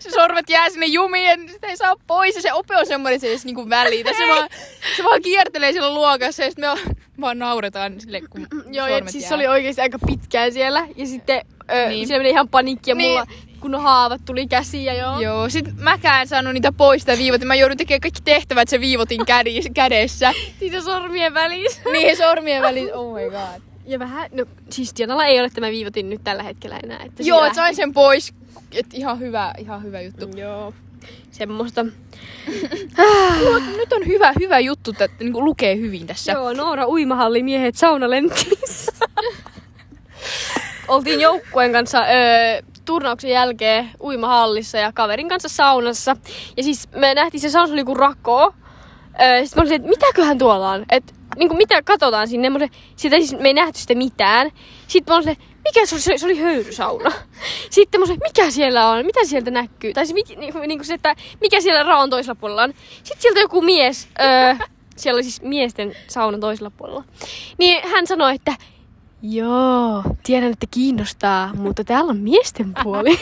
[SPEAKER 3] se sormet jää sinne jumiin ja sitä ei saa pois. Ja se ope on semmoinen, että se ei edes niinku välitä. Se vaan, se vaan kiertelee siellä luokassa ja sitten me vaan nauretaan sille, kun
[SPEAKER 1] Joo, ja
[SPEAKER 3] sormet
[SPEAKER 1] siis
[SPEAKER 3] jää.
[SPEAKER 1] se oli oikeasti aika pitkään siellä. Ja sitten ö,
[SPEAKER 3] Niin.
[SPEAKER 1] niin. siellä meni ihan paniikki ja
[SPEAKER 3] Niin.
[SPEAKER 1] mulla, kun haavat tuli käsiin ja joo.
[SPEAKER 3] No. Joo, sit mäkään en saanut niitä pois sitä viivot. Mä joudun tekemään kaikki tehtävät se viivotin kädi-
[SPEAKER 1] [laughs]
[SPEAKER 3] kädessä.
[SPEAKER 1] Siitä sormien välissä.
[SPEAKER 3] Niin sormien välissä, oh my god.
[SPEAKER 1] Ja vähän, no siis Dianalla ei ole tämä viivotin nyt tällä hetkellä enää. Että
[SPEAKER 3] Joo,
[SPEAKER 1] sillä-
[SPEAKER 3] et sain sen pois. Et ihan hyvä, ihan hyvä juttu.
[SPEAKER 1] Joo. Semmoista.
[SPEAKER 3] Nyt on hyvä, hyvä juttu, että niinku lukee hyvin tässä.
[SPEAKER 1] Joo, Noora uimahallimiehet saunalentissä. [laughs] Oltiin joukkueen kanssa öö, turnauksen jälkeen uimahallissa ja kaverin kanssa saunassa. Ja siis me nähtiin se saunassa oli kuin rako. Öö, Sitten mä olin, että mitäköhän tuolla on? Et, niin kuin mitä katsotaan sinne? Mä olin, sitä siis me ei nähty sitä mitään. Sitten mä olin, että mikä se oli? Se oli- Se oli höyrysauna. [laughs] Sitten mä olin, mikä siellä on? Mitä sieltä näkyy? Tai siis, niin kuin se, että mikä siellä raon toisella puolella on. Sitten sieltä joku mies, [laughs] öö, siellä oli siis miesten sauna toisella puolella. Niin hän sanoi, että joo, tiedän, että kiinnostaa, mutta täällä on miesten puoli.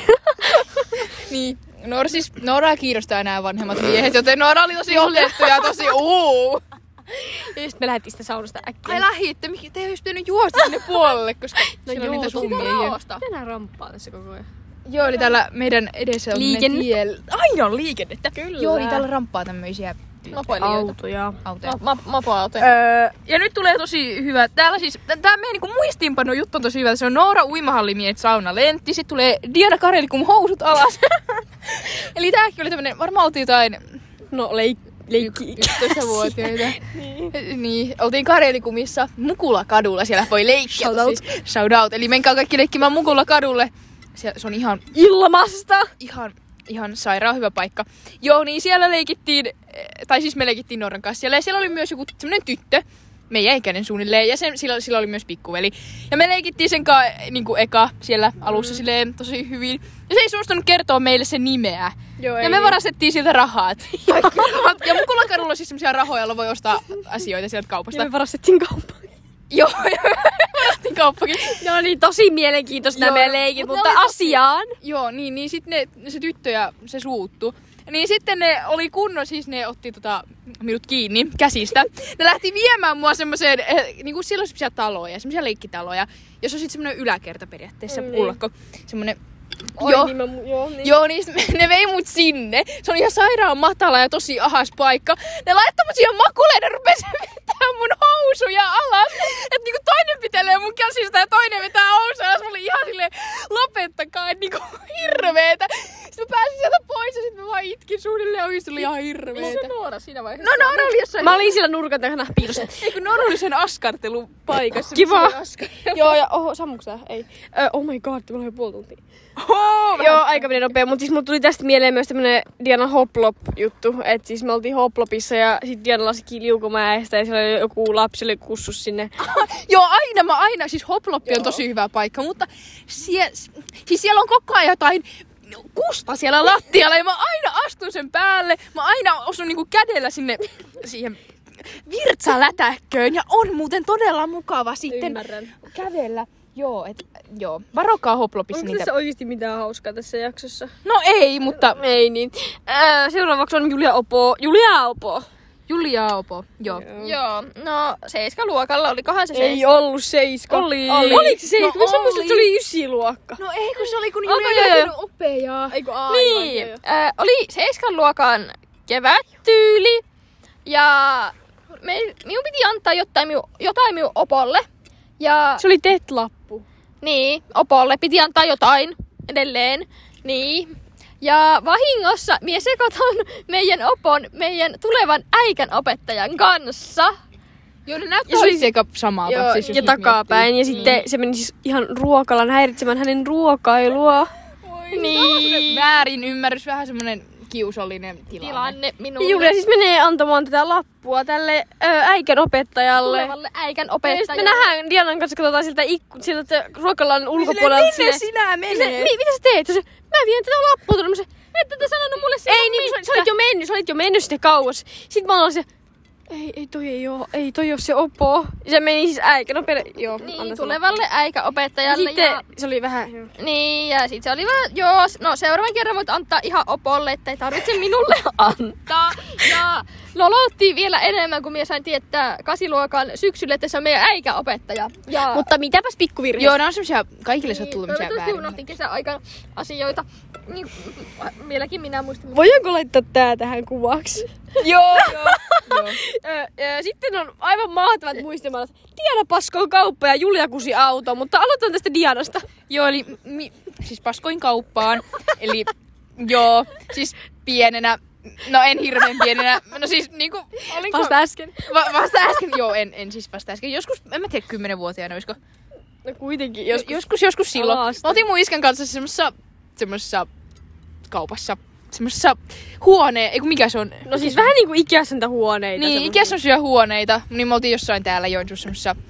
[SPEAKER 3] Niin, Noora siis, Nooraa kiinnostaa nämä [clears throat] vanhemmat miehet, joten Noora oli tosi otettu ja [laughs] tosi uu.
[SPEAKER 1] [laughs] ja sitten me lähdettiin sitä saunasta äkkiä.
[SPEAKER 3] Ai lähitte, miksi te ei olisi pitänyt juosta sinne puolelle, koska [laughs] no siellä on
[SPEAKER 1] joo,
[SPEAKER 3] niitä
[SPEAKER 1] sitä
[SPEAKER 3] tummia.
[SPEAKER 4] raosta.
[SPEAKER 1] Tänään ramppaa tässä koko ajan.
[SPEAKER 3] Joo, eli täällä meidän edessä on
[SPEAKER 1] Liikenne.
[SPEAKER 3] tiel... Aina on liikennettä.
[SPEAKER 1] Kyllä.
[SPEAKER 3] Joo, niin täällä ramppaa tämmöisiä
[SPEAKER 4] Mopoilijoita.
[SPEAKER 1] Autoja.
[SPEAKER 3] autoja.
[SPEAKER 4] Ma- Mopoautoja.
[SPEAKER 3] Öö, ja nyt tulee tosi hyvä. Täällä siis, t- tää meidän niinku muistiinpano juttu on tosi hyvä. Se on Noora uimahallimiehet sauna lentti. Sitten tulee Diana Kareli, kun housut alas. [laughs] Eli tääkin oli tämmönen, varmaan oltiin jotain
[SPEAKER 1] No leik- leikki.
[SPEAKER 3] 11-vuotiaita.
[SPEAKER 1] Mm.
[SPEAKER 3] niin. niin. Oltiin Karelikumissa Mukula-kadulla. Siellä voi leikkiä.
[SPEAKER 1] Shout out.
[SPEAKER 3] tosi- Shout out. Eli menkää kaikki leikkimään Mukula-kadulle. Se, se on ihan
[SPEAKER 1] [laughs] Ilmasta.
[SPEAKER 3] ihan, ihan sairaan hyvä paikka. Joo, niin siellä leikittiin, eh, tai siis me leikittiin Norran kanssa siellä, ja siellä oli myös joku semmoinen tyttö, meidän ikäinen suunnilleen, ja sen, sillä, sillä oli myös pikkuveli. Ja me leikittiin sen kanssa niin kuin eka siellä alussa silleen tosi hyvin. Ja se ei suostunut kertoa meille sen nimeä.
[SPEAKER 1] Joo,
[SPEAKER 3] ja me varastettiin siltä rahat. Kaikki rahat. Ja Mukulakadulla on siis semmoisia rahoja, joilla voi ostaa asioita sieltä kaupasta.
[SPEAKER 1] Ja me varastettiin kauppaan.
[SPEAKER 3] Joo, ja me varastettiin [laughs] kauppakin.
[SPEAKER 1] No niin, tosi mielenkiintoista nämä
[SPEAKER 3] Joo,
[SPEAKER 1] meidän leikit,
[SPEAKER 3] mutta ne
[SPEAKER 1] mutta
[SPEAKER 3] oli tosi-
[SPEAKER 1] asiaan.
[SPEAKER 3] Joo, niin, niin sitten ne, se tyttö ja se suuttu. Niin sitten ne oli kunnon, siis ne otti tota, minut kiinni käsistä. Ne lähti viemään mua semmoiseen, eh, niinku siellä on semmoisia taloja, semmoisia leikkitaloja, jos on sitten semmoinen yläkerta periaatteessa, mm, pullakko. Semmoinen, joo, niin
[SPEAKER 1] mä, joo, niin.
[SPEAKER 3] joo, niin sit [laughs] ne vei mut sinne. Se oli ihan sairaan matala ja tosi ahas paikka. Ne laittoi mut siihen makuleen ja rupesi [laughs] vetämään mun housuja alas. Et niinku toinen pitelee mun käsistä ja toinen vetää housuja alas. Mä olin ihan silleen, lopettakaa, et niinku [laughs] hirveetä. Sitten mä pääsin sieltä pois ja sitten mä vaan itkin suunnilleen oikeesti oli ihan hirveetä.
[SPEAKER 4] Missä Noora siinä vaiheessa?
[SPEAKER 3] No no, ne oli jossain...
[SPEAKER 1] Mä olin siellä nurkan takana piilossa.
[SPEAKER 3] Ei kun Noru oli sen askartelupaikassa.
[SPEAKER 1] Kiva.
[SPEAKER 3] missä oli askar-
[SPEAKER 1] [laughs] Joo, ja oho, sammuksä? Ei. Ö, oh my god, mulla oli puoli tuntia. Joo, aika meni nopea, mutta siis mulla tuli tästä mieleen myös tämmönen Diana Hoplop-juttu. Että siis me oltiin Hoplopissa ja sit Diana laski liukumäestä ja siellä oli joku lapsi oli kussus sinne.
[SPEAKER 3] Joo, aina, mä aina, siis hoploppi on tosi hyvä paikka, mutta sie, siis siellä on koko ajan jotain kusta siellä lattialla ja mä aina astun sen päälle, mä aina osun niinku kädellä sinne siihen virtsalätäkköön ja on muuten todella mukava sitten kävellä. Joo, et, joo. Varokaa hoplopissa niitä.
[SPEAKER 1] oikeasti mitään hauskaa tässä jaksossa?
[SPEAKER 3] No ei, mutta
[SPEAKER 1] Ei niin. Ö, seuraavaksi on Julia Opo. Julia Opo.
[SPEAKER 3] Julia Opo, joo.
[SPEAKER 4] Joo, no seiskaluokalla, olikohan se seis...
[SPEAKER 1] Ei ollut seiska. Oli. oli. Oliko se seiska?
[SPEAKER 3] No
[SPEAKER 1] No, mä muistin, että se oli ysiluokka.
[SPEAKER 3] No ei, kun se oli kun
[SPEAKER 1] Julia
[SPEAKER 3] Julia
[SPEAKER 1] oli
[SPEAKER 3] oli opeja.
[SPEAKER 1] Eiku, aivan,
[SPEAKER 4] Niin, äh, oli seiskan luokan kevättyyli ja me, minun piti antaa jotain minun, jotain minun opolle. Ja
[SPEAKER 1] Se oli Tet-lappu.
[SPEAKER 4] Niin, opolle piti antaa jotain edelleen. Niin. Ja vahingossa mie sekoitan meidän opon meidän tulevan äikän opettajan kanssa.
[SPEAKER 3] Joo, ne näyttää oli aika samaa.
[SPEAKER 1] Joo,
[SPEAKER 3] siis, jos
[SPEAKER 1] ja
[SPEAKER 3] nyt miettii.
[SPEAKER 1] takapäin. Ja sitten se meni siis ihan ruokalan häiritsemään hänen ruokailua.
[SPEAKER 4] Voi
[SPEAKER 3] Niin. Väärin ymmärrys, vähän semmonen kiusallinen tilanne.
[SPEAKER 2] Tilanne minulle.
[SPEAKER 1] Julia siis menee antamaan tätä lappua tälle ö, äikän opettajalle.
[SPEAKER 2] Tulevalle äikän
[SPEAKER 1] Ja sit me
[SPEAKER 2] opettajalle.
[SPEAKER 1] nähdään Dianan kanssa, katsotaan siltä, ikku, siltä ruokalan ulkopuolelta. sinne.
[SPEAKER 3] Minne sinä
[SPEAKER 1] Se,
[SPEAKER 3] menet?
[SPEAKER 1] mi, mitä sä teet? Se, mä vien tätä lappua tuonne. Mä se,
[SPEAKER 2] Ette te sanonut mulle sitä.
[SPEAKER 1] ei niin, sä, sä olit jo mennyt, sä olit jo mennyt sinne kauas. Sitten mä olin se, ei, ei toi ei oo, ei toi oo se opo. Ja se meni siis äikän opettajalle. Joo, anna
[SPEAKER 2] Niin,
[SPEAKER 1] sen
[SPEAKER 2] tulevalle äikäopettajalle.
[SPEAKER 1] Sitten
[SPEAKER 2] ja...
[SPEAKER 1] se oli vähän...
[SPEAKER 2] Niin, ja sit se oli vähän, joo, no seuraavan kerran voit antaa ihan opolle, että ei tarvitse minulle antaa. Ja
[SPEAKER 1] [laughs]
[SPEAKER 2] lolottiin vielä enemmän, kun minä sain tietää kasiluokan syksyllä, että se on meidän äikäopettaja. Ja
[SPEAKER 1] Mutta mitäpäs pikkuvirhe.
[SPEAKER 3] Joo, nää on semmosia, kaikille niin, sattuu tämmösiä
[SPEAKER 2] toivottavasti
[SPEAKER 3] väärin.
[SPEAKER 2] unohdin kesäaikana asioita. Niin, äh, vieläkin minä muistan.
[SPEAKER 1] Voidaanko laittaa tää tähän [laughs] kuvaksi?
[SPEAKER 3] Joo, joo.
[SPEAKER 1] Sitten on aivan mahtavat muistimalat. Diana paskoo kauppa ja Julia kusi auto, mutta aloitetaan tästä Dianasta.
[SPEAKER 3] Joo, eli mi, siis paskoin kauppaan. eli joo, siis pienenä. No en hirveän pienenä. No siis niinku... Olinko...
[SPEAKER 1] Vasta äsken.
[SPEAKER 3] Va- vasta äsken, joo, en, en siis vasta äsken. Joskus, en mä tiedä, kymmenenvuotiaana, olisiko.
[SPEAKER 1] No kuitenkin,
[SPEAKER 3] Joskus, joskus, joskus silloin.
[SPEAKER 1] Ala-aste.
[SPEAKER 3] Mä otin mun iskän kanssa semmosessa, semmosessa kaupassa, semmosessa huoneen, ei kun mikä se on?
[SPEAKER 1] No siis vähän niinku ikäisäntä huoneita.
[SPEAKER 3] Niin,
[SPEAKER 1] semmosia.
[SPEAKER 3] ikässä on syö huoneita, niin me oltiin jossain täällä Joensuussa semmosessa, missä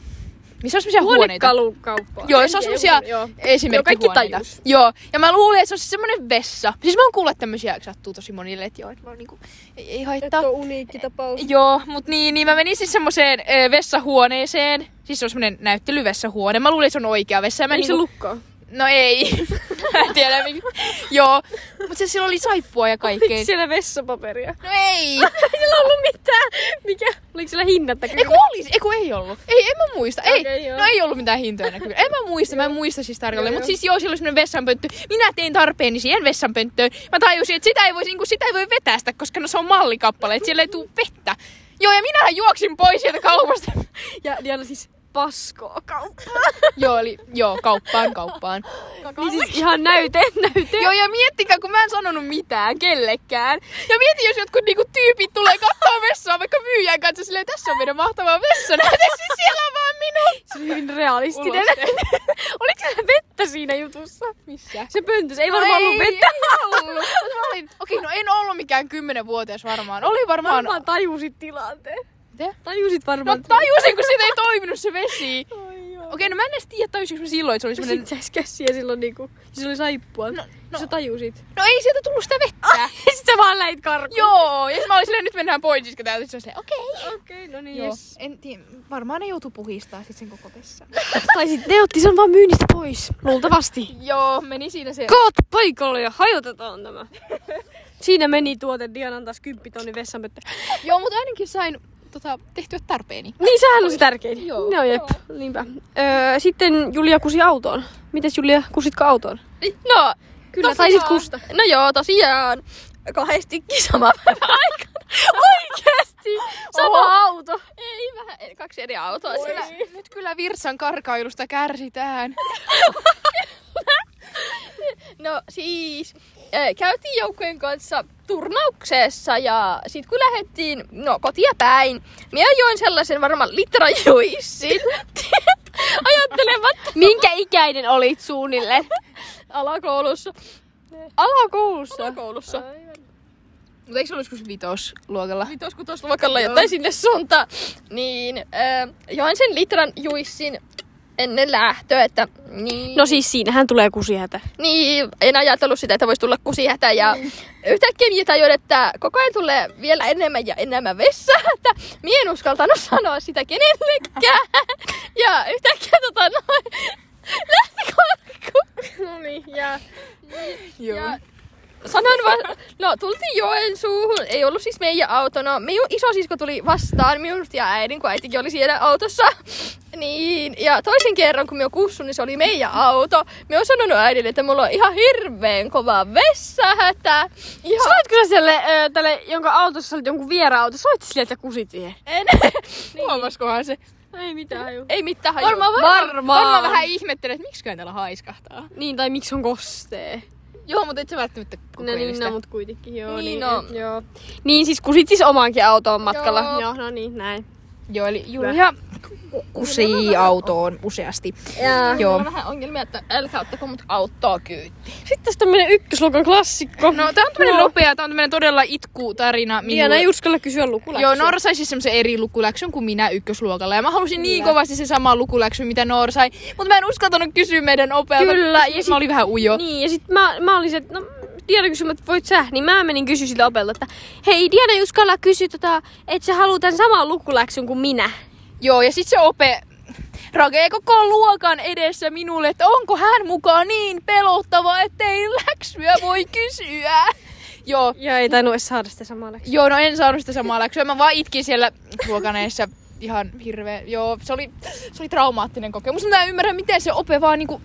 [SPEAKER 3] Niin, on semmosia huoneita.
[SPEAKER 1] Huonekalukauppa.
[SPEAKER 3] Joo, jossa on
[SPEAKER 1] Joku-
[SPEAKER 3] semmosia
[SPEAKER 1] joo.
[SPEAKER 3] esimerkkihuoneita.
[SPEAKER 1] Joo, kaikki tajus.
[SPEAKER 3] Joo, ja mä luulin, että se on siis semmonen vessa. Siis mä oon kuullut että tämmösiä, että sattuu tosi monille, että joo, että mä oon niinku, ei, ei haittaa.
[SPEAKER 1] on uniikki tapaus.
[SPEAKER 3] Joo, mut niin, niin mä menin siis semmoiseen ö, vessahuoneeseen. Siis se on semmonen näyttelyvessahuone. Mä luulin, että se on oikea vessa. Ja Mä
[SPEAKER 1] Eikö se
[SPEAKER 3] niinku-
[SPEAKER 1] lukkaa?
[SPEAKER 3] No ei. [laughs] mä en tiedä mikä. Joo. Mut se siellä oli saippua ja kaikkea.
[SPEAKER 1] Oliko siellä vessapaperia? [laughs]
[SPEAKER 3] No ei.
[SPEAKER 1] Ei sillä ollut mitään. Mikä? Oliko siellä hinnat tai
[SPEAKER 3] Eiku oli, eiku ei ollut. Ei, en mä muista. Ei,
[SPEAKER 1] Okei, joo.
[SPEAKER 3] no ei ollut mitään hintoja näkyvillä. En mä muista, mä en muista siis tarkalleen. Mutta siis joo, siellä oli semmonen vessanpönttö. Minä tein tarpeeni siihen vessanpönttöön. Mä tajusin, että sitä ei voi, niinku, sitä ei voi vetää sitä, koska no se on mallikappale, että siellä ei tuu vettä. Joo, ja minähän juoksin pois sieltä kaupasta. [laughs]
[SPEAKER 1] Ja Diana siis paskoo [laughs] kauppaa.
[SPEAKER 3] joo, eli joo, kauppaan, kauppaan.
[SPEAKER 1] Niin siis ihan näyte, näyte.
[SPEAKER 3] Joo, ja miettikää, kun mä en sanonut mitään kellekään.
[SPEAKER 1] Siis
[SPEAKER 3] Ja mieti, jos jotkut niinku tyypit tulee katsoa vessaa vaikka myyjän kanssa silleen, tässä on meidän mahtava vessa, näytä siis siellä on vaan minun.
[SPEAKER 1] Se oli hyvin realistinen. [laughs] Oliko siellä vettä siinä jutussa?
[SPEAKER 3] Missä?
[SPEAKER 1] Se pöntös. Ei varmaan ollut
[SPEAKER 3] ei,
[SPEAKER 1] vettä.
[SPEAKER 3] ei
[SPEAKER 1] [laughs]
[SPEAKER 3] ollut. Mut mä olin- Okei, no en ollut mikään kymmenenvuotias varmaan. Oli varmaan...
[SPEAKER 1] Varmaan tajusit tilanteen.
[SPEAKER 3] Mitä?
[SPEAKER 1] Tajusit
[SPEAKER 3] No
[SPEAKER 1] varmaan.
[SPEAKER 3] tajusin, kun siitä ei toiminut se vesi.
[SPEAKER 1] Ai joo.
[SPEAKER 3] Okei, no mä en edes tiedä, tajusinko mä silloin, että se oli semmonen...
[SPEAKER 1] Sitten sä käsiä silloin niinku, se oli saippua. No,
[SPEAKER 3] no.
[SPEAKER 1] no. Sä tajusit.
[SPEAKER 3] No ei sieltä tullut sitä vettä.
[SPEAKER 1] Ja [laughs] sit sä vaan läit karkuun.
[SPEAKER 3] Ah, Joo, ja sit mä olin silleen, nyt mennään pois, siis täältä. Sitten se on silleen, okei.
[SPEAKER 1] Okei, okay, no niin.
[SPEAKER 3] Joo.
[SPEAKER 1] Yes.
[SPEAKER 3] En tiedä, varmaan ne joutuu puhistaa sitten sen koko vessan.
[SPEAKER 1] Tai sit ne otti sen vaan myynnistä pois. Luultavasti.
[SPEAKER 3] Joo, meni siinä se.
[SPEAKER 1] Koot paikalle ja hajotetaan [laughs] tämä. Siinä meni tuote Dianan taas 10 tonni vessanpöttö.
[SPEAKER 3] Joo, mutta ainakin sain tota, tehtyä tarpeeni.
[SPEAKER 1] Niin, sehän on se tärkein.
[SPEAKER 3] Joo.
[SPEAKER 1] No jep, niinpä. Öö, sitten Julia kusi autoon. Mites Julia, kusitko autoon?
[SPEAKER 2] No,
[SPEAKER 1] Kyllä,
[SPEAKER 2] tosiaan.
[SPEAKER 1] taisit kusta.
[SPEAKER 2] No joo, tosiaan. Kahdestikin sama päivä aikana. [laughs] Oikeesti? Sama auto. Ei, vähän kaksi eri autoa siellä.
[SPEAKER 3] Kyllä, nyt kyllä virsan karkailusta kärsitään.
[SPEAKER 2] No siis, eh, käytiin joukkojen kanssa turnauksessa ja sit kun lähdettiin no, kotia päin, minä join sellaisen varmaan [laughs] litrajuissin. Ajattelematta
[SPEAKER 1] Minkä ikäinen olit [laughs] suunnilleen?
[SPEAKER 2] alakoulussa.
[SPEAKER 1] Alakoulussa.
[SPEAKER 2] Alakoulussa.
[SPEAKER 3] Mutta eikö se ollut joskus vitosluokalla?
[SPEAKER 2] Vitos kutosluokalla jotain sinne suuntaan. Niin, äh, join sen litran juissin ennen lähtöä, että niin.
[SPEAKER 1] No siis siinähän tulee kusihätä.
[SPEAKER 2] Niin, en ajatellut sitä, että voisi tulla kusihätä ja yhtäkkiä minä tajuin, että koko ajan tulee vielä enemmän ja enemmän vessaa, [laughs] että minä en uskaltanut sanoa sitä kenellekään. [laughs] Ja yhtäkkiä tota noin, [laughs] lähti karkuun. No niin, ja, ja sanoin vaan, no tultiin joen suuhun, ei ollut siis meidän auto, no minun isosisko tuli vastaan minut ja äidin, kun äitikin oli siellä autossa. Niin, ja toisen kerran kun minä kussun, niin se oli meidän auto. Minä oon sanonut äidille, että mulla on ihan hirveän kova vessahätä. Ihan
[SPEAKER 1] Soitko sä siellä, öö, tälle, jonka autossa olit jonkun vieraan auto, soit sille, että sä kusit siihen?
[SPEAKER 2] en,
[SPEAKER 3] Niin. Huomaskohan se.
[SPEAKER 1] Ei mitään, joo.
[SPEAKER 2] ei mitään hajua.
[SPEAKER 3] Varmaan, varmaan.
[SPEAKER 1] varmaan-
[SPEAKER 3] varmaan vähän ihmettelen, että miksiköhän täällä haiskahtaa.
[SPEAKER 1] Niin, tai miksi on kostee?
[SPEAKER 3] Joo, mutta et sä välttämättä
[SPEAKER 1] No
[SPEAKER 3] kokeile
[SPEAKER 1] niin,
[SPEAKER 3] sitä.
[SPEAKER 1] no, mut kuitenkin, joo.
[SPEAKER 2] Niin,
[SPEAKER 1] Niin,
[SPEAKER 2] no.
[SPEAKER 1] joo. niin siis kusit siis omaankin autoon matkalla.
[SPEAKER 2] Joo.
[SPEAKER 1] Joo, joo no niin, näin.
[SPEAKER 3] Joo, eli Julia kusii autoon useasti.
[SPEAKER 4] Jaa.
[SPEAKER 3] Joo.
[SPEAKER 4] Joo. on vähän ongelmia, että älkää ottako mut auttaa kyytiin.
[SPEAKER 1] Sitten tässä tämmönen ykkösluokan klassikko.
[SPEAKER 3] No, tää on tämmönen nopea, tää on tämmönen todella itkutarina.
[SPEAKER 1] Diana ei uskalla kysyä lukuläksyä.
[SPEAKER 3] Joo, Noora sai siis semmoisen eri lukuläksyn kuin minä ykkösluokalla. Ja mä halusin niin kovasti sen saman lukuläksyn, mitä Noora sai. Mutta mä en uskaltanut kysyä meidän opealta.
[SPEAKER 1] Kyllä, ja
[SPEAKER 3] Ja
[SPEAKER 1] sit-
[SPEAKER 3] mä olin vähän ujo.
[SPEAKER 1] Niin.
[SPEAKER 2] Niin, ja sitten mä, mä olin se, että no, Diana kysyi, että voit sä, niin mä menin kysyä siltä opelta, että hei Diana ei uskalla kysyä, tota, että sä haluat tämän saman lukuläksyn kuin minä.
[SPEAKER 3] Joo, ja sit se ope rakee koko luokan edessä minulle, että onko hän mukaan niin pelottava, ettei läksyä voi kysyä. Joo,
[SPEAKER 1] Ja ei tainnut edes saada sitä samaa läksyä.
[SPEAKER 3] Joo, no en saanut sitä samaa läksyä. Mä vaan itkin siellä huokaneessa ihan hirveä. Joo, se oli, se oli traumaattinen kokemus. Mä en ymmärrä, miten se ope vaan niinku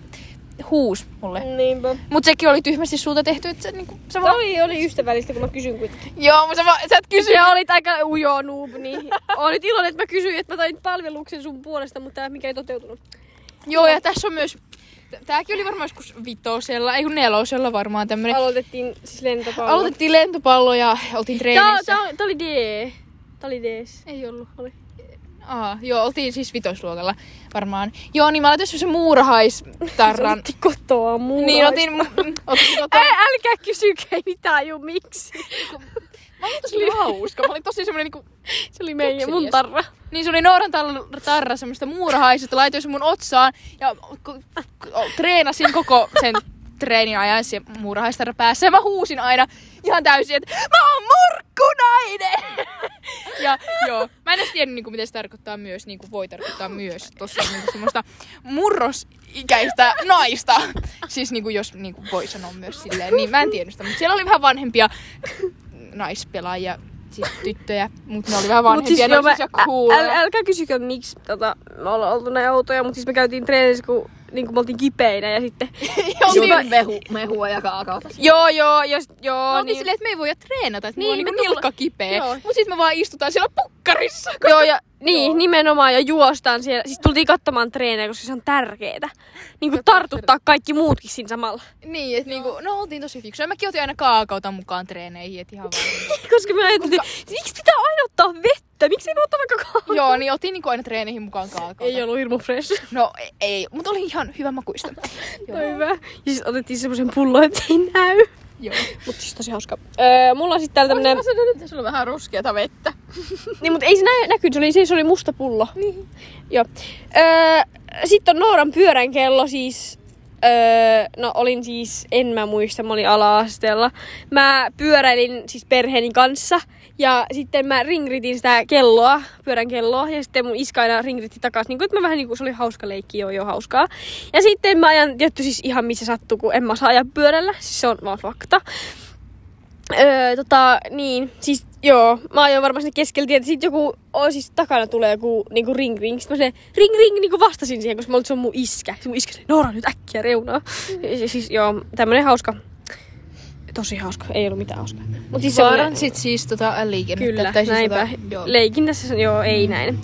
[SPEAKER 3] huus mulle.
[SPEAKER 1] Niinpä.
[SPEAKER 3] Mut sekin oli tyhmästi sulta tehty, että se niinku... Sä vaan,
[SPEAKER 1] Toi oli ystävällistä, kun mä kysyn kuitenkin.
[SPEAKER 3] joo, mutta sä, vaan, sä et kysy.
[SPEAKER 1] Ja olit aika ujo noob, niin oon nyt iloinen, että mä kysyin, että mä tain palveluksen sun puolesta, mutta tää mikä ei toteutunut.
[SPEAKER 3] Joo, ja tässä on myös... t- Tääkin oli varmaan joskus vitosella, ei kun nelosella varmaan tämmönen.
[SPEAKER 1] Aloitettiin siis lentopallo.
[SPEAKER 3] Aloitettiin lentopallo ja oltiin
[SPEAKER 1] Tää,
[SPEAKER 3] treenissä.
[SPEAKER 1] tää, tää oli D. Tää oli Ds.
[SPEAKER 3] Ei ollut.
[SPEAKER 1] Oli.
[SPEAKER 3] Aa, joo, oltiin siis vitosluokalla varmaan. Joo, niin mä laitoin semmosen muurahaistarran.
[SPEAKER 1] Otti kotoa muuta.
[SPEAKER 3] niin, otin... mu- [laughs] otin tota-
[SPEAKER 1] Ä, älkää kysykää, ei mitään juu, miksi.
[SPEAKER 3] Mä olin tosi hauska. Mä olin tosi semmonen niinku...
[SPEAKER 1] Se oli meidän, mun
[SPEAKER 3] Kekseliäs.
[SPEAKER 1] tarra.
[SPEAKER 3] Niin se oli Nooran tar- tarra semmoista muurahaisesta. Laitoin sen mun otsaan ja ku- ku- treenasin koko sen treenin ajan se muurahaistarra päässä. Ja mä huusin aina ihan täysin, että mä oon murkkunainen! ja joo, mä en edes tiedä niinku, miten se tarkoittaa myös, niin kuin voi tarkoittaa myös tossa niinku semmoista murrosikäistä naista. Siis niinku, jos niinku, voi sanoa myös silleen, niin mä en tiennyt sitä. Mutta siellä oli vähän vanhempia naispelaajia, siis tyttöjä, mutta ne oli vähän
[SPEAKER 1] Mut
[SPEAKER 3] vanhempia, ne
[SPEAKER 1] joo,
[SPEAKER 3] oli siis,
[SPEAKER 1] mä-
[SPEAKER 3] cool.
[SPEAKER 1] äl, älkää kysykö, miksi tota, me ollaan oltu näin outoja, mutta siis me käytiin treenissä, kun niin kuin me oltiin kipeinä ja sitten...
[SPEAKER 3] Joo,
[SPEAKER 1] Siltä-
[SPEAKER 3] niin,
[SPEAKER 4] Mehu, mehua ja kaakaota.
[SPEAKER 1] joo, joo, jos, joo,
[SPEAKER 3] oltiin silleen, että me ei voida treenata, että niin, mulla on
[SPEAKER 1] Niin,
[SPEAKER 3] niinku
[SPEAKER 1] me tulla-
[SPEAKER 3] nilkka kipeä.
[SPEAKER 1] Joo.
[SPEAKER 3] Mut sit me vaan istutaan siellä pukkarissa.
[SPEAKER 1] [laughs] Joo, ja niin, joo. nimenomaan, ja juostaan siellä. Siis tultiin katsomaan treenejä, koska se on tärkeetä. Niin kuin tartuttaa kaikki muutkin siinä samalla. [laughs]
[SPEAKER 3] Niin, että niinku, no oltiin tosi fiksuja. Mäkin otin aina kaakauta mukaan treeneihin, et ihan vaan.
[SPEAKER 1] Koska me ajateltiin, miksi pitää aina ottaa vettä? Miksi ei voi ottaa vaikka kahvia?
[SPEAKER 3] Joo, niin otin niinku aina treeneihin mukaan kaakauta.
[SPEAKER 1] Ei ollut hirmu fresh.
[SPEAKER 3] No ei- ei, mutta oli ihan hyvä makuista.
[SPEAKER 1] Joo. Hyvä. Ja siis otettiin semmoisen pullon, ettei näy.
[SPEAKER 3] Joo.
[SPEAKER 1] Mut siis tosi hauska. Öö, mulla on sitten täällä tämmönen...
[SPEAKER 4] Mä sanoin, että sulla on vähän ruskeata vettä.
[SPEAKER 1] Niin, mutta ei se nä- näkynyt, se oli, siis oli musta pullo. Niin. Joo. Öö, sitten on Nooran pyörän kello siis... Öö, no olin siis, en mä muista, mä olin ala-asteella. Mä pyöräilin siis perheeni kanssa ja sitten mä ringritin sitä kelloa, pyörän kelloa ja sitten mun iska aina ringritti takas. Niin kun, että mä vähän niinku, se oli hauska leikki, joo joo hauskaa. Ja sitten mä ajan tietty siis ihan missä sattuu, kun en mä saa ajaa pyörällä, siis se on vaan fakta. Öö, tota, niin, siis joo, mä ajoin varmaan sinne keskellä tietä, sit joku, oh, siis takana tulee joku niinku ring ring, sit mä se ring ring niinku vastasin siihen, koska mä olin, että se on mun iskä. Sit mun iskä sanoi, Noora nyt äkkiä reunaa.
[SPEAKER 3] Mm.
[SPEAKER 1] Ja siis joo, tämmönen hauska, tosi hauska, ei ollut mitään hauskaa. Mut siis semmonen,
[SPEAKER 3] sit siis tota liikennettä. siis tota
[SPEAKER 1] kyllä, näinpä, leikin tässä, joo, ei
[SPEAKER 3] Mm.
[SPEAKER 1] näin.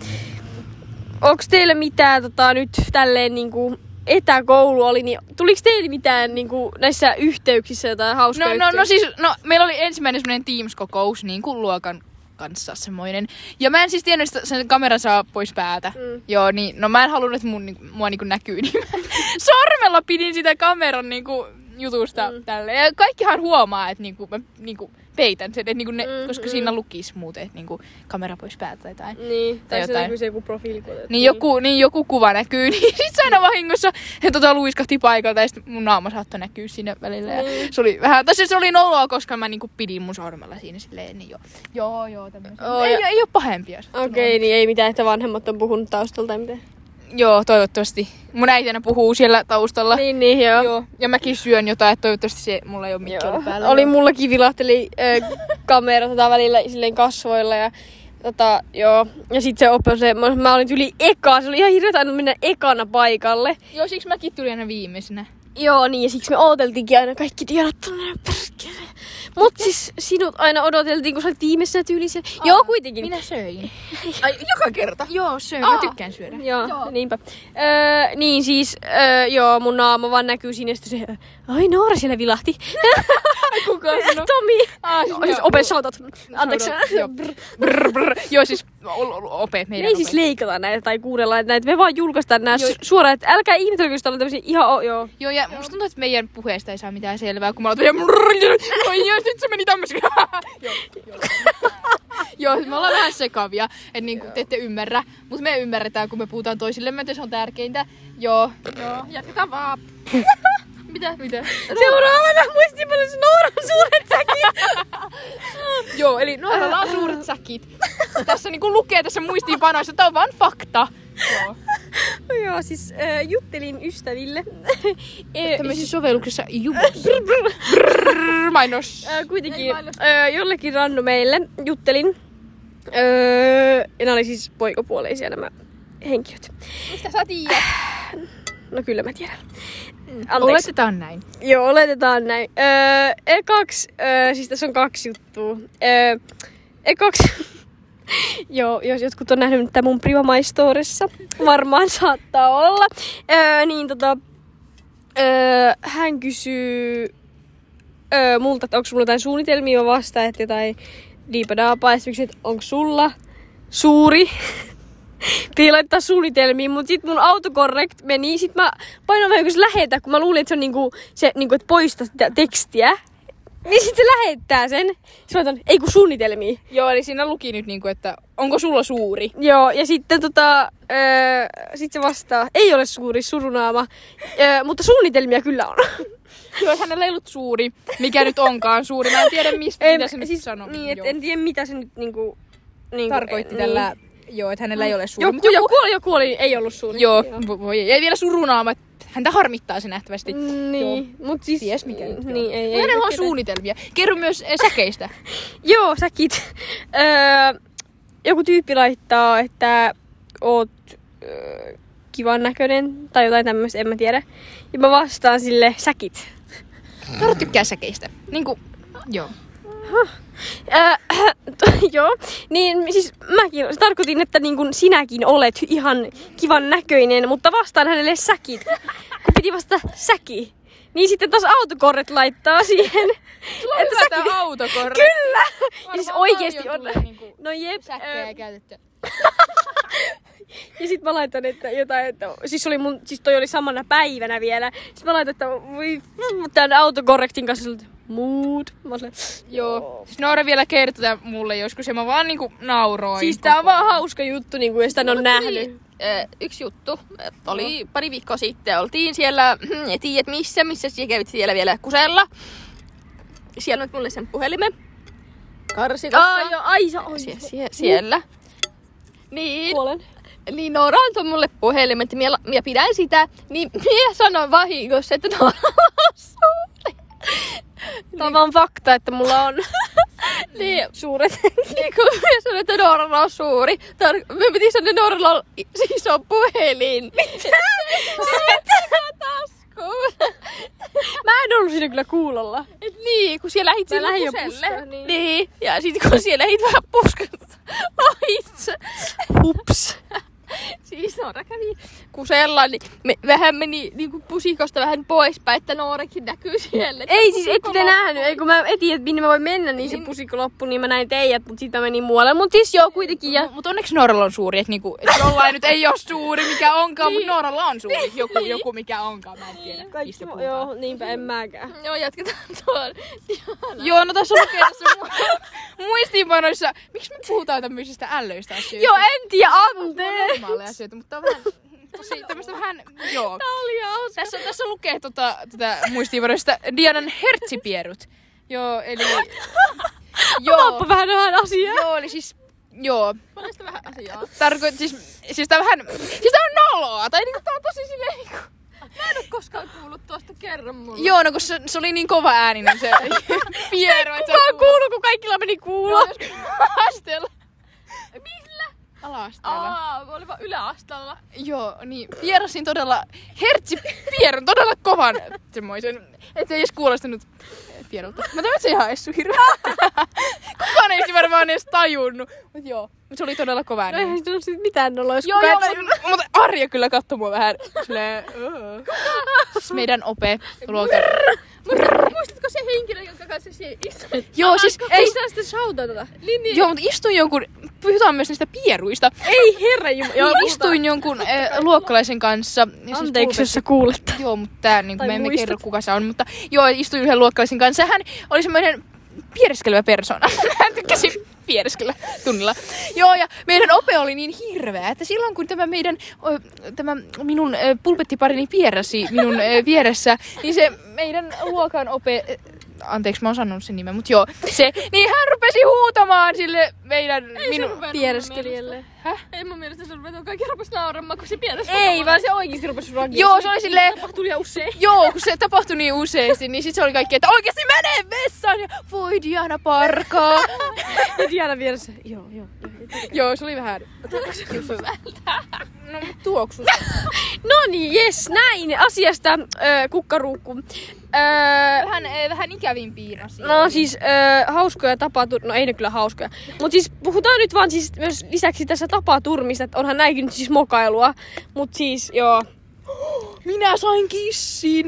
[SPEAKER 1] Onks teillä mitään tota nyt tälleen niinku etäkoulu oli, niin tuliko teille mitään niinku näissä yhteyksissä jotain
[SPEAKER 3] No,
[SPEAKER 1] hauskaa
[SPEAKER 3] no, no siis, no, meillä oli ensimmäinen semmoinen Teams-kokous niin kuin luokan kanssa semmoinen. Ja mä en siis tiennyt, että sen kamera saa pois päältä. Mm. Joo, niin, no mä en halunnut, että mun, niinku- mua niinku näkyy, [laughs] niin mä sormella pidin sitä kameran niinku jutusta mm. tälle. Ja kaikkihan huomaa, että niinku, mä niinku peitän sen, että niinku ne, mm, koska mm. siinä lukisi muuten, että niinku kamera pois päältä tai jotain.
[SPEAKER 1] Niin,
[SPEAKER 3] tai
[SPEAKER 1] tai
[SPEAKER 3] jotain.
[SPEAKER 1] se näkyy se joku profiilikuva.
[SPEAKER 3] Niin joku, niin joku kuva näkyy, [laughs] niin sit se aina vahingossa he tota luiskahti paikalta ja sit mun naama saattoi näkyä siinä välillä. Ja
[SPEAKER 1] Mm.
[SPEAKER 3] se oli vähän, tai siis se oli noloa, koska mä niinku pidin mun sormella siinä silleen, niin joo. Joo, joo, tämmöisiä.
[SPEAKER 1] Oo,
[SPEAKER 3] ei,
[SPEAKER 1] ja-
[SPEAKER 3] ei oo pahempia.
[SPEAKER 1] Okei, okay, niin ei mitään, että vanhemmat on puhunut taustalta tai miten.
[SPEAKER 3] Ah. Joo, toivottavasti. Mun äiti aina puhuu siellä taustalla.
[SPEAKER 1] Niin, niin, joo.
[SPEAKER 3] Joo, ja mäkin syön jotain, että toivottavasti se mulla ei oo mikki ollut päällä.
[SPEAKER 1] Oli mullakin vilahteli äh, [laughs] kamera tota välillä silleen kasvoilla ja tota, joo. Ja sit se oppi se, mä, mä olin yli eka, se oli ihan hirveä aina mennä ekana paikalle.
[SPEAKER 3] Joo, siksi mäkin tulin aina viimeisenä.
[SPEAKER 1] Joo, niin ja siksi me ooteltiinkin aina kaikki tiedot tonne perkele. Mut siis sinut aina odoteltiin, kun sä olit viimeisenä tyylisiä. Joo, kuitenkin. [laughs]
[SPEAKER 3] Minä söin.
[SPEAKER 2] Ai, joka kerta.
[SPEAKER 3] Joo, söin. Mä
[SPEAKER 1] Aa.
[SPEAKER 3] tykkään syödä. [laughs]
[SPEAKER 1] Joo, joo. niinpä. Öö, niin siis, öö, joo, mun naama vaan näkyy siinä, ja sitten se, ai Noora siellä vilahti.
[SPEAKER 3] Kuka sanoi?
[SPEAKER 1] [laughs] Tomi!
[SPEAKER 3] Ah,
[SPEAKER 1] Joo, siis ope shoutout. Anteeksi. [laughs]
[SPEAKER 3] Joo, brr, brr. joo siis ol- ol- ope.
[SPEAKER 1] Me
[SPEAKER 3] Meidän
[SPEAKER 1] ei siis
[SPEAKER 3] ope.
[SPEAKER 1] leikata näitä tai kuunnella näitä, me vaan julkaistaan nämä
[SPEAKER 3] Joo.
[SPEAKER 1] su- suoraan, että älkää ihmetelkö, jos täällä on tämmöisiä ihan, o- joo.
[SPEAKER 3] Joo, ja musta tuntuu, että meidän puheesta ei saa mitään selvää, kun mä oon vielä... [laughs] Oi, jos nyt se meni tämmöisen. Joo, joo. [laughs] Joo, me ollaan vähän sekavia, että niinku, te ette ymmärrä, mutta me ymmärretään, kun me puhutaan toisillemme, että se on tärkeintä. Joo, joo, jatketaan vaan. [laughs] Mitä? Mitä?
[SPEAKER 1] Seuraavana muistipalvelussa Nooran suuret säkin.
[SPEAKER 3] [laughs] Joo, eli nuorella on suuret säkit. Tässä niinku lukee tässä muistiinpanoissa, tää on vaan fakta. Joo.
[SPEAKER 1] joo, siis öö, juttelin ystäville. [laughs]
[SPEAKER 3] Tämmöisissä sovelluksessa jubus. Mainos.
[SPEAKER 1] Ö, kuitenkin ö, jollekin randomeille juttelin. Öö, ja nämä oli siis poikapuoleisia nämä henkilöt.
[SPEAKER 2] Mistä sä tiedät?
[SPEAKER 1] No kyllä mä tiedän. Anteeksi.
[SPEAKER 3] Oletetaan näin.
[SPEAKER 1] Joo, oletetaan näin. Öö, ekaksi, öö, siis tässä on kaksi juttua. Öö, ekaksi, [laughs] joo, jos jotkut on nähnyt tämän mun Priva My Storessa, varmaan saattaa olla. Öö, niin tota, öö, hän kysyy öö, multa, että onko mulla jotain suunnitelmia mä vastaan, että jotain diipadaapaa esimerkiksi, että onko sulla suuri piti laittaa suunnitelmiin, mutta sit mun autocorrect meni, sit mä painoin vähän kun lähetä, kun mä luulin, että se on niinku, se, niinku, että poista sitä tekstiä. Niin sit se lähettää sen. Sitten mä otan, ei kun suunnitelmiin.
[SPEAKER 3] Joo, eli siinä luki nyt niinku, että onko sulla suuri?
[SPEAKER 1] Joo, ja sitten tota, öö, sit se vastaa, ei ole suuri surunaama, öö, mutta suunnitelmia kyllä
[SPEAKER 3] [laughs]
[SPEAKER 1] on.
[SPEAKER 3] Joo, hänellä ei ollut suuri, mikä nyt onkaan suuri. Mä en tiedä, mistä,
[SPEAKER 1] Ei,
[SPEAKER 3] mitä se siis, nyt sanoo.
[SPEAKER 1] Niin, et
[SPEAKER 3] Joo.
[SPEAKER 1] en tiedä mitä se nyt niinku... niinku
[SPEAKER 3] tarkoitti
[SPEAKER 1] niin.
[SPEAKER 3] tällä... Joo, että hänellä ei ole suuri.
[SPEAKER 1] Joku, joku, oli, joku oli, ei ollut suuri.
[SPEAKER 3] Joo, vo- voi ei. Ei vielä surunaama. että Häntä harmittaa se nähtävästi.
[SPEAKER 1] Niin, mut siis...
[SPEAKER 3] Ties mikä nyt on.
[SPEAKER 1] Niin, ei,
[SPEAKER 3] Ei,
[SPEAKER 1] ei.
[SPEAKER 3] hänellä on suunnitelmia. Kerro myös eh, säkeistä.
[SPEAKER 1] Joo, säkit. [laughs] Öö, joku tyyppi laittaa, että oot öö, kivan näköinen tai jotain tämmöistä, en mä tiedä. Ja mä vastaan sille säkit.
[SPEAKER 3] Taro tykkää säkeistä. Niinku, joo.
[SPEAKER 1] Öö, [laughs] joo, niin siis mäkin tarkoitin, että niin kun sinäkin olet ihan kivan näköinen, mutta vastaan hänelle säkit, kun piti vastata säki. Niin sitten taas autokorret laittaa siihen.
[SPEAKER 3] Että hyvä tää autokorre.
[SPEAKER 1] Kyllä! Ja siis oikeesti on.
[SPEAKER 3] Niinku,
[SPEAKER 1] No jep. öö,
[SPEAKER 3] säkkejä käytetty.
[SPEAKER 1] Ja sit mä laitan, että jotain, että siis, oli mun, siis toi oli samana päivänä vielä. Sit mä laitan, että voi, tämän autokorrektin kanssa sille, että mood. Mä oon silleen,
[SPEAKER 3] Joo. Siis Noora vielä kertoi tän mulle joskus ja mä vaan niinku nauroin.
[SPEAKER 1] siis tää on vaan hauska juttu, niin kuin, jos tän on nähnyt.
[SPEAKER 2] Ö, äh, yksi juttu. Ö, Oli pari viikkoa sitten. Oltiin siellä, hmm, en tiedä missä, missä siellä kävit siellä vielä kusella. Siellä nyt mulle sen puhelimen. Karsitossa.
[SPEAKER 1] Aa, joo, ai sä oot.
[SPEAKER 2] Sie- sie- siellä. Niin,
[SPEAKER 1] Kuolen.
[SPEAKER 2] niin Noora antoi mulle puhelimen, että minä, minä pidän sitä. Niin minä sanoin vahingossa, että Noora on suuri.
[SPEAKER 1] Tää on vaan fakta, että mulla [laughs] on
[SPEAKER 2] Niin,
[SPEAKER 1] [laughs] suuret.
[SPEAKER 2] niin [laughs] kun minä sanoin, että Noora on suuri. Tar- me piti sanoa, että Nooralla on i- iso puhelin.
[SPEAKER 1] Niin.
[SPEAKER 2] Mitä? siis mitä? taskuun.
[SPEAKER 1] Mä en ollut siinä kyllä kuulolla.
[SPEAKER 2] Et niin, kun siellä lähit
[SPEAKER 1] Mä
[SPEAKER 2] sinne
[SPEAKER 1] lähdin jo
[SPEAKER 2] puselle.
[SPEAKER 1] puskaan, niin.
[SPEAKER 2] niin. ja sit kun siellä lähit vähän puskasta [laughs] ohitse.
[SPEAKER 1] Ups.
[SPEAKER 2] Siis Noora kävi kusella, niin me, vähän meni niinku pusikosta vähän poispäin, että Noorakin näkyy siellä.
[SPEAKER 1] Ei siis, ette te nähnyt. Ei kun mä etin, että minne mä voin mennä, niin se pusikko loppui, niin mä näin teidät, mut sit mä menin muualle. Mut siis joo, kuitenkin. Ja...
[SPEAKER 3] Mut- Mut onneksi Nooralla on suuri, että niinku, et jollain nyt ei ole suuri, mikä onkaan,
[SPEAKER 2] Niin.
[SPEAKER 3] mutta Nooralla on suuri, joku, joku mikä onkaan, mä en tiedä. mistä
[SPEAKER 1] Kaikki,
[SPEAKER 3] puhutaan.
[SPEAKER 1] joo, niinpä en mäkään.
[SPEAKER 2] Joo, jatketaan tuon.
[SPEAKER 3] Joo, no tässä lukee tässä mu- [laughs] muistiinpanoissa, miksi me puhutaan tämmöisistä ällöistä asioista?
[SPEAKER 1] Joo, en tiedä,
[SPEAKER 3] Nämä
[SPEAKER 1] anteeksi.
[SPEAKER 3] on normaaleja asioita, mutta tää on [laughs] vähän, tosi tämmöistä vähän, joo.
[SPEAKER 1] oli hauska.
[SPEAKER 3] Tässä, tässä lukee tota, tätä muistiinpanoista Dianan hertsipierut. Joo, eli... [laughs] Joo,
[SPEAKER 1] Oppa vähän vähän asiaa.
[SPEAKER 3] joo, eli siis, joo,
[SPEAKER 2] Paljasta vähän asiaa.
[SPEAKER 3] Tarkoit, siis, siis tää on vähän, siis tää on noloa, tai niinku tää on tosi silleen niinku...
[SPEAKER 2] Mä en oo koskaan kuullut tuosta, kerran mulle.
[SPEAKER 3] Joo, no kun se, se oli niin kova ääninen [laughs] se pieru, että [laughs]
[SPEAKER 1] Kukaan kuulu, kun kaikilla meni kuulo.
[SPEAKER 3] kuulostella. Millä? ala-asteella.
[SPEAKER 4] Aa, mä olin vaan yläasteella.
[SPEAKER 3] Joo, niin vierasin todella hertsi pieron, todella kovan semmoisen, ettei edes kuulostanut pierolta. Mä tämän se ihan essu hirveä. Kukaan ei sitä varmaan edes tajunnut. Mut joo, mut se oli todella kova
[SPEAKER 1] No
[SPEAKER 3] ääni.
[SPEAKER 1] eihän se nyt mitään nolla, jos
[SPEAKER 3] Joo,
[SPEAKER 1] kukaan
[SPEAKER 3] joo,
[SPEAKER 1] ei tajunnut.
[SPEAKER 3] mutta- mutta Arja kyllä katsoi mua vähän silleen, "Öö." Siis meidän ope luokan.
[SPEAKER 4] Muistatko se henkilö, jonka kanssa siellä istuin?
[SPEAKER 3] Joo, siis ei,
[SPEAKER 1] saa sitä shoutaa tota.
[SPEAKER 3] joo, mutta istuin jonkun, puhutaan myös niistä pieruista.
[SPEAKER 1] Ei herra jumala.
[SPEAKER 3] Joo, Niin istuin jonkun eh, luokkalaisen kanssa. ja siis
[SPEAKER 1] Anteeksi, jos sä kuulet.
[SPEAKER 3] Joo, mutta tää, niin
[SPEAKER 1] Tai
[SPEAKER 3] me emme
[SPEAKER 1] muistat.
[SPEAKER 3] kerro kuka se on, mutta joo, istuin yhden luokkalaisen kanssa. Hän oli semmoinen piereskelevä persona. [laughs] Hän tykkäsi piereskellä tunnilla. Joo, ja meidän ope oli niin hirveä, että silloin kun tämä meidän, ö, tämä minun ö, pulpettiparini pieräsi minun ö, vieressä, niin se meidän luokan ope, ö, anteeksi mä oon sanonut sen nimen, mutta joo, se, niin hän rupesi huutamaan sille meidän, minun,
[SPEAKER 1] Piereskelijälle.
[SPEAKER 4] Ei mun mielestä se rupesi, kaikki rupesi nauramaan, kun se pieres.
[SPEAKER 1] Ei, vaan se oikeesti rupesi rakia.
[SPEAKER 3] Joo, se oli silleen,
[SPEAKER 1] Tuli ja usein. [laughs]
[SPEAKER 3] Joo, kun se tapahtui niin useasti, niin sit se oli kaikki, että oikeesti mene vessaan ja voi Diana parkaa.
[SPEAKER 1] Ja Diana vieressä. Joo, joo.
[SPEAKER 3] Joo, se oli vähän... No, mut tuoksu.
[SPEAKER 1] No niin, jes, näin. Asiasta ö, kukkaruukku. Ö,
[SPEAKER 3] Vähän, eh, vähän ikävin piina siinä.
[SPEAKER 1] No siis ö, hauskoja tapatur... No ei ne kyllä hauskoja. Mutta siis puhutaan nyt vaan siis myös lisäksi tässä tapaturmista, että onhan näinkin nyt siis mokailua. Mut siis joo.
[SPEAKER 3] Minä sain kissin.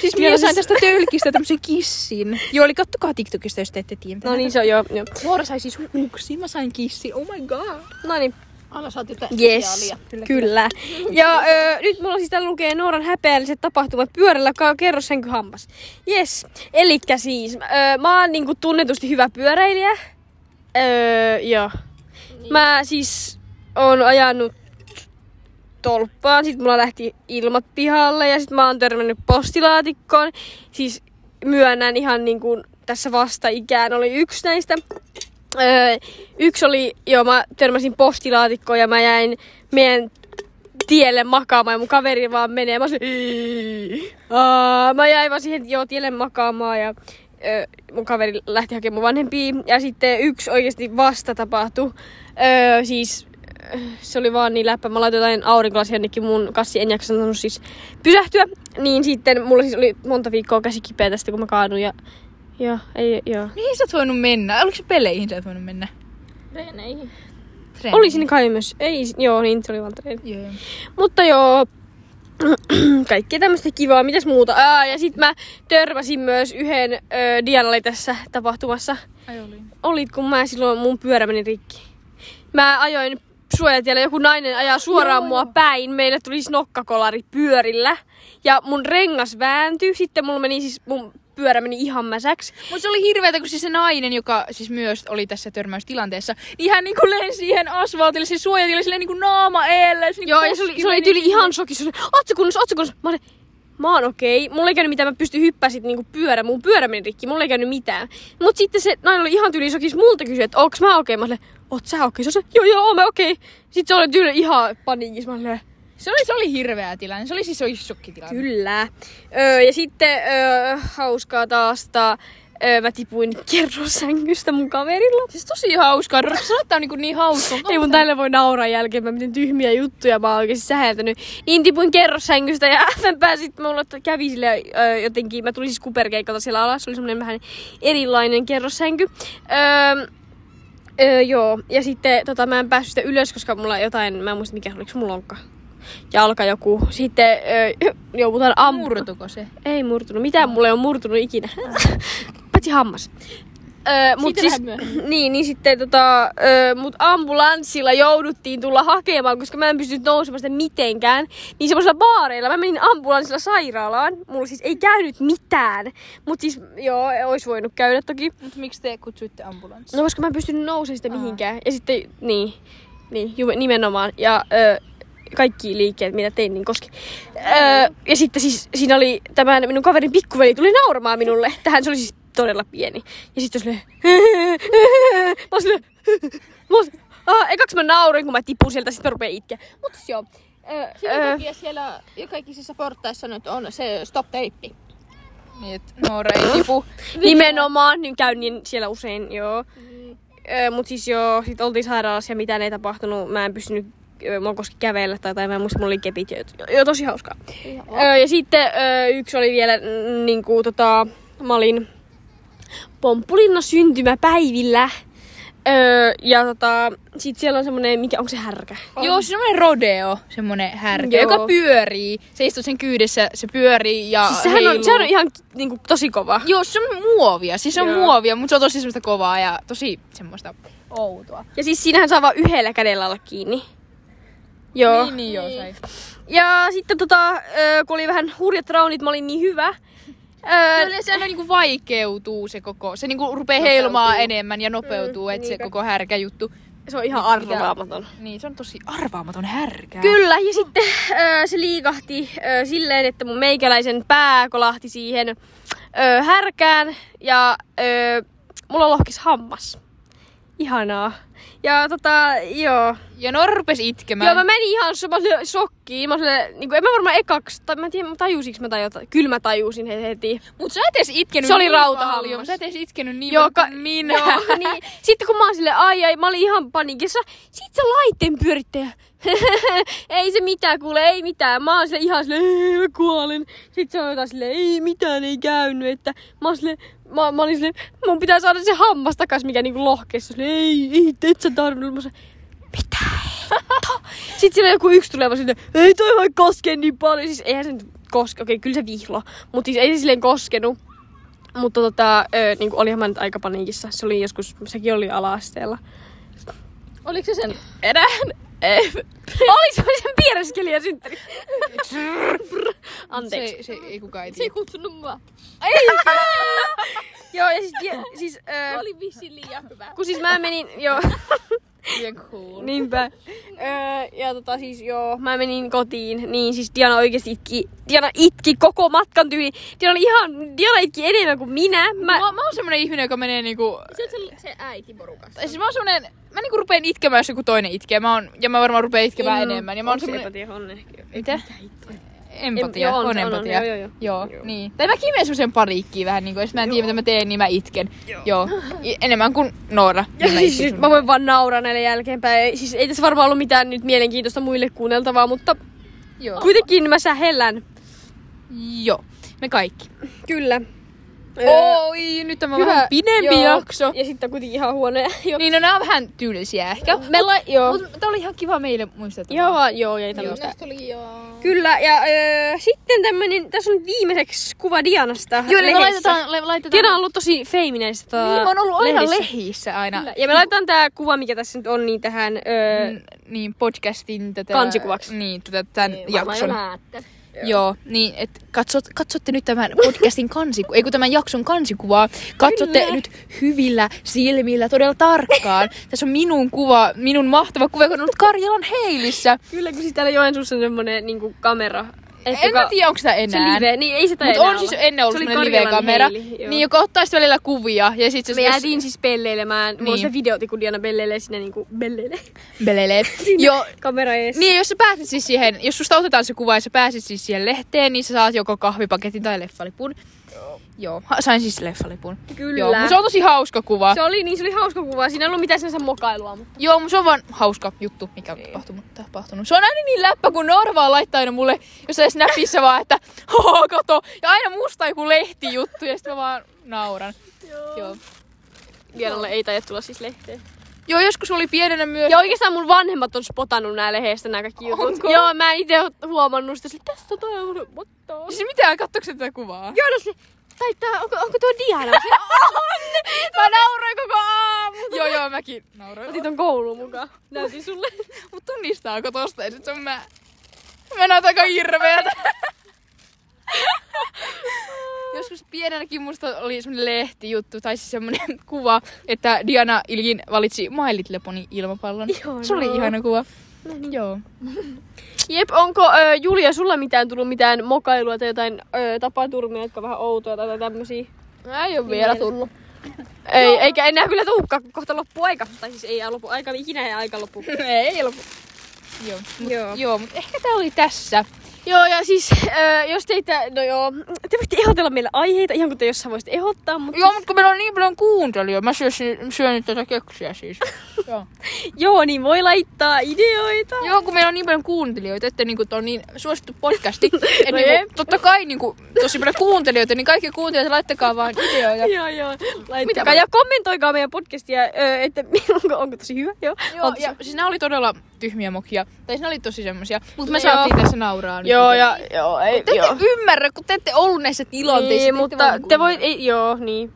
[SPEAKER 3] siis
[SPEAKER 1] Joo,
[SPEAKER 3] minä
[SPEAKER 1] siis-
[SPEAKER 3] sain tästä tölkistä tämmösen kissin. Joo, eli kattokaa TikTokista, jos te ette tiedä.
[SPEAKER 1] No niin se on joo. joo.
[SPEAKER 3] Noora sai siis huksin, mä sain kissin. Oh my god.
[SPEAKER 1] No niin.
[SPEAKER 3] Anna saat jotain
[SPEAKER 1] Yes, kyllä. kyllä. Ja ö, nyt mulla siis täällä lukee Nooran häpeälliset tapahtumat pyörällä ka- kerro sen kun hammas. Yes, elikkä siis ö, mä oon niinku tunnetusti hyvä pyöräilijä. Öö, joo. Mä siis oon ajanut tolppaan, sit mulla lähti ilmat pihalle ja sit mä oon törmännyt postilaatikkoon. Siis myönnän ihan niinku tässä vastaikään oli yksi näistä. Öö, yksi oli, joo mä törmäsin postilaatikkoon ja mä jäin meidän tielle makaamaan ja mun kaveri vaan menee. Mä, olin, "Ii, aa." mä jäin vaan siihen joo, tielle makaamaan ja ö, mun kaveri lähti hakemaan mun vanhempia. Ja sitten yksi oikeasti vasta tapahtui. Öö, siis ö, se oli vaan niin läppä. Mä laitoin jotain aurinkolasia jonnekin mun kassi, en jaksanut siis pysähtyä. Niin sitten mulla siis oli monta viikkoa käsi kipeä tästä, kun mä kaaduin ja... Joo, ei, joo.
[SPEAKER 3] Mihin sä oot voinut mennä? Oliko se peleihin sä oot voinut mennä?
[SPEAKER 4] Treeneihin.
[SPEAKER 3] Treeni.
[SPEAKER 1] Oli siinä kai myös. Ei, joo, niin se oli vaan treeni.
[SPEAKER 3] Joo, joo.
[SPEAKER 1] Mutta joo, [clears throat] kaikkea tämmöistä kivaa. Mitäs muuta? Aa, ja sit mä törmäsin myös yhden ö, dianalle tässä tapahtumassa.
[SPEAKER 3] Ai oli.
[SPEAKER 1] Olit, kun mä silloin mun pyörä meni rikki. Mä ajoin suojatiellä, joku nainen ajaa suoraan mua päin. Meille tuli siis nokkakolari pyörillä. Ja mun rengas vääntyi. Sitten mulla meni siis, mun pyörä meni ihan mäsäksi.
[SPEAKER 3] Mutta se oli hirveetä, kun siis se nainen, joka siis myös oli tässä törmäystilanteessa, niin hän niinku lensi siihen asfaltille, se suojatille silleen niinku naama eelle. Se niinku
[SPEAKER 1] Joo, ja se oli,
[SPEAKER 3] koski
[SPEAKER 1] se oli
[SPEAKER 3] meni.
[SPEAKER 1] tyyli ihan shokissa. Se oli, Ootko kunnossa, ootko kunnossa? Mä olin, mä oon okei. Okay. Mulla ei käynyt mitään, mä pystyn hyppää sit niinku pyörä, mun pyörä meni rikki, mulla ei käynyt mitään. Mut sitten se nainen oli ihan tyyli shokissa, multa kysyi, että onks mä okei? Okay? Mä olin, oot sä okei? Okay? Se oli, joo joo, oon mä okei. Okay. Sitten se oli tyyli ihan paniikissa, mä olin,
[SPEAKER 3] Se oli, se oli hirveä tilanne. Se oli siis se oli shokkitilanne.
[SPEAKER 1] kyllä. Öö, ja sitten öö, hauskaa taas, ta, öö, mä tipuin kerrossängystä mun kaverilla.
[SPEAKER 3] Siis tosi hauskaa. Rr, Sanoit, että tää on niinku niin hauskaa.
[SPEAKER 1] Ei mun tälle voi nauraa jälkeen, mä miten tyhmiä juttuja mä oon oikeesti sähältänyt. Niin tipuin kerrossängystä ja [laughs] FNpää sit mulla t- kävi sille öö, jotenkin, mä tulin siis kuperkeikalta siellä alas, se oli semmonen vähän erilainen kerrossänky. Öö, öö, joo, ja sitten tota, mä en päässyt sitä ylös, koska mulla jotain, mä en muista mikä, oliko se mulla onka jalka joku. Sitten öö, [laughs] joudutaan ampumaan.
[SPEAKER 3] Murtuko se?
[SPEAKER 1] Ei murtunut. Mitään mulle ei ole murtunut ikinä. [laughs] Paitsi hammas. Öö, mut
[SPEAKER 4] Siitä
[SPEAKER 1] siis, [laughs] niin, niin sitten tota, öö, mut ambulanssilla jouduttiin tulla hakemaan, koska mä en pystynyt nousemaan sitä mitenkään. Niin semmoisilla baareilla, mä menin ambulanssilla sairaalaan. Mulla siis ei käynyt mitään. Mut siis, joo, ois voinut käydä toki.
[SPEAKER 3] Mut miksi te kutsuitte ambulanssia?
[SPEAKER 1] No koska mä en pystynyt nousemaan sitä mihinkään. Ja sitten, niin, niin ju, nimenomaan. Ja ö, kaikki liikkeet, mitä tein, niin koski. Ö, ja sitten siis siinä oli tämän minun kaverin pikkuveli tuli nauramaan minulle. Tähän se oli siis todella pieni. Ja sitten se oli silleen, [laughs] Mä oon silleen, [laughs] mä oon silleen, Ah, ekaksi mä nauroin, kun mä tipun sieltä, sitten mä rupean itkeä. Mut siis joo. Ö,
[SPEAKER 4] Sen
[SPEAKER 3] Öö.
[SPEAKER 1] ö,
[SPEAKER 4] takia siellä jokaisissa portaissa nyt on se stop teippi.
[SPEAKER 3] Niin, et Noora ei tipu.
[SPEAKER 1] nimenomaan, niin käyn niin siellä usein, joo. Ö, mut siis joo, sit oltiin sairaalassa ja mitään ei tapahtunut. Mä en pystynyt ö, mulla koski kävellä tai, tai mä en muista, mulla oli kepit. ja- Joo, tosi hauskaa. Öö, ja sitten öö, yksi oli vielä, mm, niinku, tota, mä olin Pomppulinna syntymäpäivillä. Öö, ja tota, sit siellä on semmonen, mikä, onko se härkä?
[SPEAKER 3] On. Joo, siis semmonen rodeo, semmonen härkä,
[SPEAKER 1] Joo.
[SPEAKER 3] Joo. joka pyörii. Se istuu sen kyydessä, se pyörii ja
[SPEAKER 1] Siis sehän on,
[SPEAKER 3] heiluu.
[SPEAKER 1] sehän on ihan niinku, tosi kova.
[SPEAKER 3] Joo, se on muovia. Siis se on
[SPEAKER 1] Joo.
[SPEAKER 3] muovia, mutta se on tosi semmoista kovaa ja tosi semmoista outoa.
[SPEAKER 1] Ja siis siinähän saa vaan yhdellä kädellä olla kiinni. Joo.
[SPEAKER 3] Niin, niin joo, sai.
[SPEAKER 1] Ja sitten tota, öö, kun oli vähän hurjat raunit, mä olin niin hyvä. Öö,
[SPEAKER 3] Kyllä se aina niinku vaikeutuu se koko, se niinku rupee heilumaan enemmän ja nopeutuu, mm, että se koko härkä juttu.
[SPEAKER 1] se on ihan arvaamaton.
[SPEAKER 3] Niin, se on tosi arvaamaton härkä.
[SPEAKER 1] Kyllä, ja sitten öö, se liikahti öö, silleen, että mun meikäläisen pää kolahti siihen öö, härkään ja öö, mulla lohkis hammas. Ihanaa. Ja tota, joo.
[SPEAKER 3] Ja Noora rupesi itkemään.
[SPEAKER 1] Joo, mä menin ihan semmoiselle shokkiin. Mä olin, niin kuin, en mä varmaan ekaksi, tai mä en tiedä, tajusiks mä tai jotain. Kyllä mä tajusin he- heti.
[SPEAKER 3] Mut sä et edes itkenyt
[SPEAKER 1] Se oli
[SPEAKER 3] niin
[SPEAKER 1] rautahammas.
[SPEAKER 3] paljon. Sä et edes itkenyt niin
[SPEAKER 1] Joo,
[SPEAKER 3] paljon
[SPEAKER 1] ka-
[SPEAKER 3] kuin minä.
[SPEAKER 1] Joo, niin. Sitten kun mä oon silleen, ai ai, mä olin ihan panikissa. Sit se laitteen pyörittäjä. [laughs] ei se mitään kuule, ei mitään. Mä oon silleen ihan silleen, "Ei, mä kuolen. Sit se on jotain silleen, ei mitään ei käynyt. Että mä oon silleen, mä, mä olin silleen, mun pitää saada se hammas takas, mikä niinku lohkeessa. Silleen, ei, ei, et sä tarvinnut. Mä sanoin, mitä hitto? Sitten siellä joku yksi tulee vaan silleen, ei toi voi koske niin paljon. Siis eihän se nyt koske, okei, kyllä se vihlo. Mutta siis ei se silleen koskenut. Mutta tota, ö, niin olihan mä nyt aika paniikissa. Se oli joskus, sekin oli ala-asteella.
[SPEAKER 4] Oliko se sen erään?
[SPEAKER 2] eh.
[SPEAKER 4] Ei.
[SPEAKER 1] oli se oli sen piereskelijä synttäri. Anteeksi.
[SPEAKER 3] Se, se ei kukaan ei
[SPEAKER 4] Se ei
[SPEAKER 3] tiedä.
[SPEAKER 4] kutsunut mua.
[SPEAKER 1] Joo, ja siis, ja, siis
[SPEAKER 4] Mä
[SPEAKER 1] ö,
[SPEAKER 4] olin vissiin liian hyvä.
[SPEAKER 1] kun siis mä menin, joo, [laughs]
[SPEAKER 3] Liian cool.
[SPEAKER 1] niinpä. Ö, ja tota siis joo, mä menin kotiin, niin siis Diana oikeesti itki, Diana itki koko matkan tyyli. Diana oli ihan, Diana itki enemmän kuin minä. Mä,
[SPEAKER 3] Mä, mä oon semmonen ihminen, joka menee niinku...
[SPEAKER 4] Se on se, se äiti porukasta.
[SPEAKER 3] tai Siis mä oon semmonen... Mä niinku rupeen itkemään, jos joku toinen itkee. Mä oon, ja mä varmaan rupeen itkemään
[SPEAKER 1] Mm,
[SPEAKER 3] enemmän. Ja mä oon
[SPEAKER 1] onks se
[SPEAKER 3] semmonen...
[SPEAKER 1] epätiedä, on ehkä.
[SPEAKER 3] Mitä?
[SPEAKER 1] Em-
[SPEAKER 3] Empatia.
[SPEAKER 1] joo, on
[SPEAKER 3] on,
[SPEAKER 1] se, on, on,
[SPEAKER 3] empatia.
[SPEAKER 1] joo, joo,
[SPEAKER 3] joo.
[SPEAKER 1] Joo.
[SPEAKER 3] joo, niin. Tai mäkin menen semmoiseen paniikkiin vähän niinku, jos mä en tiedä mitä mä teen, niin mä itken. Joo. joo. I- Enemmän kuin [laughs] Noora.
[SPEAKER 1] Ja
[SPEAKER 3] Niin mä
[SPEAKER 1] siis
[SPEAKER 3] itken
[SPEAKER 1] nyt mä voin vaan nauraa näille jälkeenpäin. Ei- Siis ei tässä varmaan ollut mitään nyt mielenkiintoista muille kuunneltavaa, mutta
[SPEAKER 3] sun- Joo.
[SPEAKER 1] kuitenkin mä sähellän.
[SPEAKER 3] Joo. Me kaikki.
[SPEAKER 1] Kyllä.
[SPEAKER 3] Oi, nyt on vähän pidempi
[SPEAKER 1] joo.
[SPEAKER 3] jakso.
[SPEAKER 1] Ja sitten on kuitenkin ihan huonoja. Joo.
[SPEAKER 3] Niin, no nää on vähän tyylisiä ehkä.
[SPEAKER 1] Me la- joo.
[SPEAKER 3] Mutta tää oli ihan kiva meille muistata.
[SPEAKER 1] Joo, joo, ei tämmöistä.
[SPEAKER 4] Näistä oli joo.
[SPEAKER 1] Kyllä, ja öö, sitten tämmönen, tässä on viimeiseksi kuva Dianasta
[SPEAKER 3] Joo, niin me
[SPEAKER 1] lehdessä.
[SPEAKER 3] laitetaan, le- laitetaan...
[SPEAKER 1] Diana on ollut tosi feimineistä tota,
[SPEAKER 3] Niin, mä oon ollut aina
[SPEAKER 1] lehdissä.
[SPEAKER 3] lehissä aina.
[SPEAKER 1] Ja me laitetaan tää kuva, mikä tässä nyt on, niin tähän öö,
[SPEAKER 3] N- Niin, podcastin tätä...
[SPEAKER 1] Kansikuvaksi.
[SPEAKER 3] Niin, tätä tämän niin,
[SPEAKER 4] Varmaan jo
[SPEAKER 3] jakson.
[SPEAKER 4] näette.
[SPEAKER 3] Joo, niin, et katsot, katsotte nyt tämän podcastin kansiku... Ei kun tämän jakson kansikuvaa. Katsotte Kyllä. nyt hyvillä silmillä todella tarkkaan. Tässä on minun kuva, minun mahtava kuva, kun on ollut Karjalan heilissä.
[SPEAKER 1] Kyllä, kun siis täällä Joensuussa on semmonen niinku kamera.
[SPEAKER 3] Et en mä tiedä, onko sitä
[SPEAKER 1] Se
[SPEAKER 3] enää.
[SPEAKER 1] live, niin ei sitä
[SPEAKER 3] Mut
[SPEAKER 1] enää
[SPEAKER 3] on siis
[SPEAKER 1] ole.
[SPEAKER 3] ennen
[SPEAKER 1] Se
[SPEAKER 3] ollut
[SPEAKER 1] oli
[SPEAKER 3] semmoinen
[SPEAKER 1] Karjalan
[SPEAKER 3] live-kamera.
[SPEAKER 1] heili, joo.
[SPEAKER 3] Niin, joka ottaa sitten välillä kuvia. Ja sit se,
[SPEAKER 1] Me
[SPEAKER 3] jos-
[SPEAKER 1] jäätiin siis pelleilemään. Mulla on
[SPEAKER 3] Niin.
[SPEAKER 1] se videoti, kun Diana pelleilee sinne niinku belleilee [laughs]
[SPEAKER 3] Belelee. Joo,
[SPEAKER 1] kamera ees.
[SPEAKER 3] Niin, jos sä pääset siis siihen, jos susta otetaan se kuva ja sä pääset siis siihen lehteen, niin sä saat joko kahvipaketin tai leffalipun. Joo. Joo, ha- sain siis leffalipun.
[SPEAKER 1] Kyllä.
[SPEAKER 3] Joo, mut se on tosi hauska kuva.
[SPEAKER 1] Se oli, niin se oli hauska kuva. Siinä ei ollut mitään sinänsä mokailua. Mutta...
[SPEAKER 3] Joo, mut se on vaan hauska juttu, mikä on tapahtunut. tapahtunut. Se on aina niin läppä, kun Norva laittaa aina mulle, jos edes näpissä vaan, että hoo, kato. Ja aina musta joku lehtijuttu, ja sitten mä vaan nauran. Joo. Joo.
[SPEAKER 1] Dianalle ei taida tulla siis lehteen.
[SPEAKER 3] Joo, joskus oli pienenä myös.
[SPEAKER 1] Ja oikeastaan mun vanhemmat on spotannut nää lehdestä nää kaikki jutut.
[SPEAKER 3] Onko?
[SPEAKER 1] Joo, mä en itse huomannut sitä. Sille, tässä on toi mun mutta...
[SPEAKER 3] Siis mitä, katsoiko tätä kuvaa?
[SPEAKER 1] Joo, no sille, tai tää, onko, onko tuo Diana? Mä sanoin,
[SPEAKER 3] Mä nauroin koko aamu. joo, joo, mäkin nauroin.
[SPEAKER 1] Otin ton kouluun mukaan. Näytin sulle.
[SPEAKER 3] Mut tunnistaako tosta, että se on mä? Mä näytän aika hirveeltä. [laughs] Joskus pienenäkin musta oli semmonen lehtijuttu, tai siis semmonen [laughs] kuva, että Diana Ilgin valitsi My Little Pony ilmapallon. Se oli ihana kuva. Joo.
[SPEAKER 1] Jep, onko ö, Julia sulla mitään tullut mitään mokailua tai jotain ö, tapaturmia, jotka on vähän outoja tai jotain tämmösiä?
[SPEAKER 4] Ei ole
[SPEAKER 3] Niin.
[SPEAKER 4] vielä
[SPEAKER 3] [laughs]
[SPEAKER 4] tullut.
[SPEAKER 1] Ei, eikä enää kyllä tuukka, kun kohta loppu aika. Tai siis ei loppu aika, ikinä ei aika loppu.
[SPEAKER 3] Ei lopu. Joo. Mut,
[SPEAKER 1] Joo.
[SPEAKER 3] joo. joo, mut ehkä tää oli tässä.
[SPEAKER 1] Joo, ja siis, öö, jos teitä, no joo, te voitte ehdotella meille aiheita, ihan kuin te jossain voisitte ehdottaa, mutta
[SPEAKER 3] Joo, mutta kun meillä on niin paljon kuuntelijoita, mä syön, syön nyt tätä keksiä [laughs] siis. Joo.
[SPEAKER 1] joo, niin voi laittaa ideoita.
[SPEAKER 3] Joo, kun meillä on niin paljon kuuntelijoita, että niinku, tää on niin suosittu
[SPEAKER 1] [laughs]
[SPEAKER 3] podcasti. Et
[SPEAKER 1] No
[SPEAKER 3] niinku,
[SPEAKER 1] jep.
[SPEAKER 3] totta kai niinku, tosi paljon kuuntelijoita, niin kaikki kuuntelijat laittakaa vaan ideoita.
[SPEAKER 1] Joo, joo. Laittakaa ja kommentoikaa meidän podcastia, öö, että [laughs] onko, onko tosi hyvä, joo.
[SPEAKER 3] Joo, ja, siis nämä oli todella tyhmiä mokia. Tai siis nämä oli tosi semmosia. Mutta me saatiin tässä nauraa. nyt.
[SPEAKER 1] Joo, ja joo, ei,
[SPEAKER 3] Te
[SPEAKER 1] joo.
[SPEAKER 3] ette ymmärrä, kun te ette ollut näissä tilanteissa.
[SPEAKER 1] Niin,
[SPEAKER 3] ette
[SPEAKER 1] mutta
[SPEAKER 3] vaan niinku-
[SPEAKER 1] te voi, ei, joo, niin.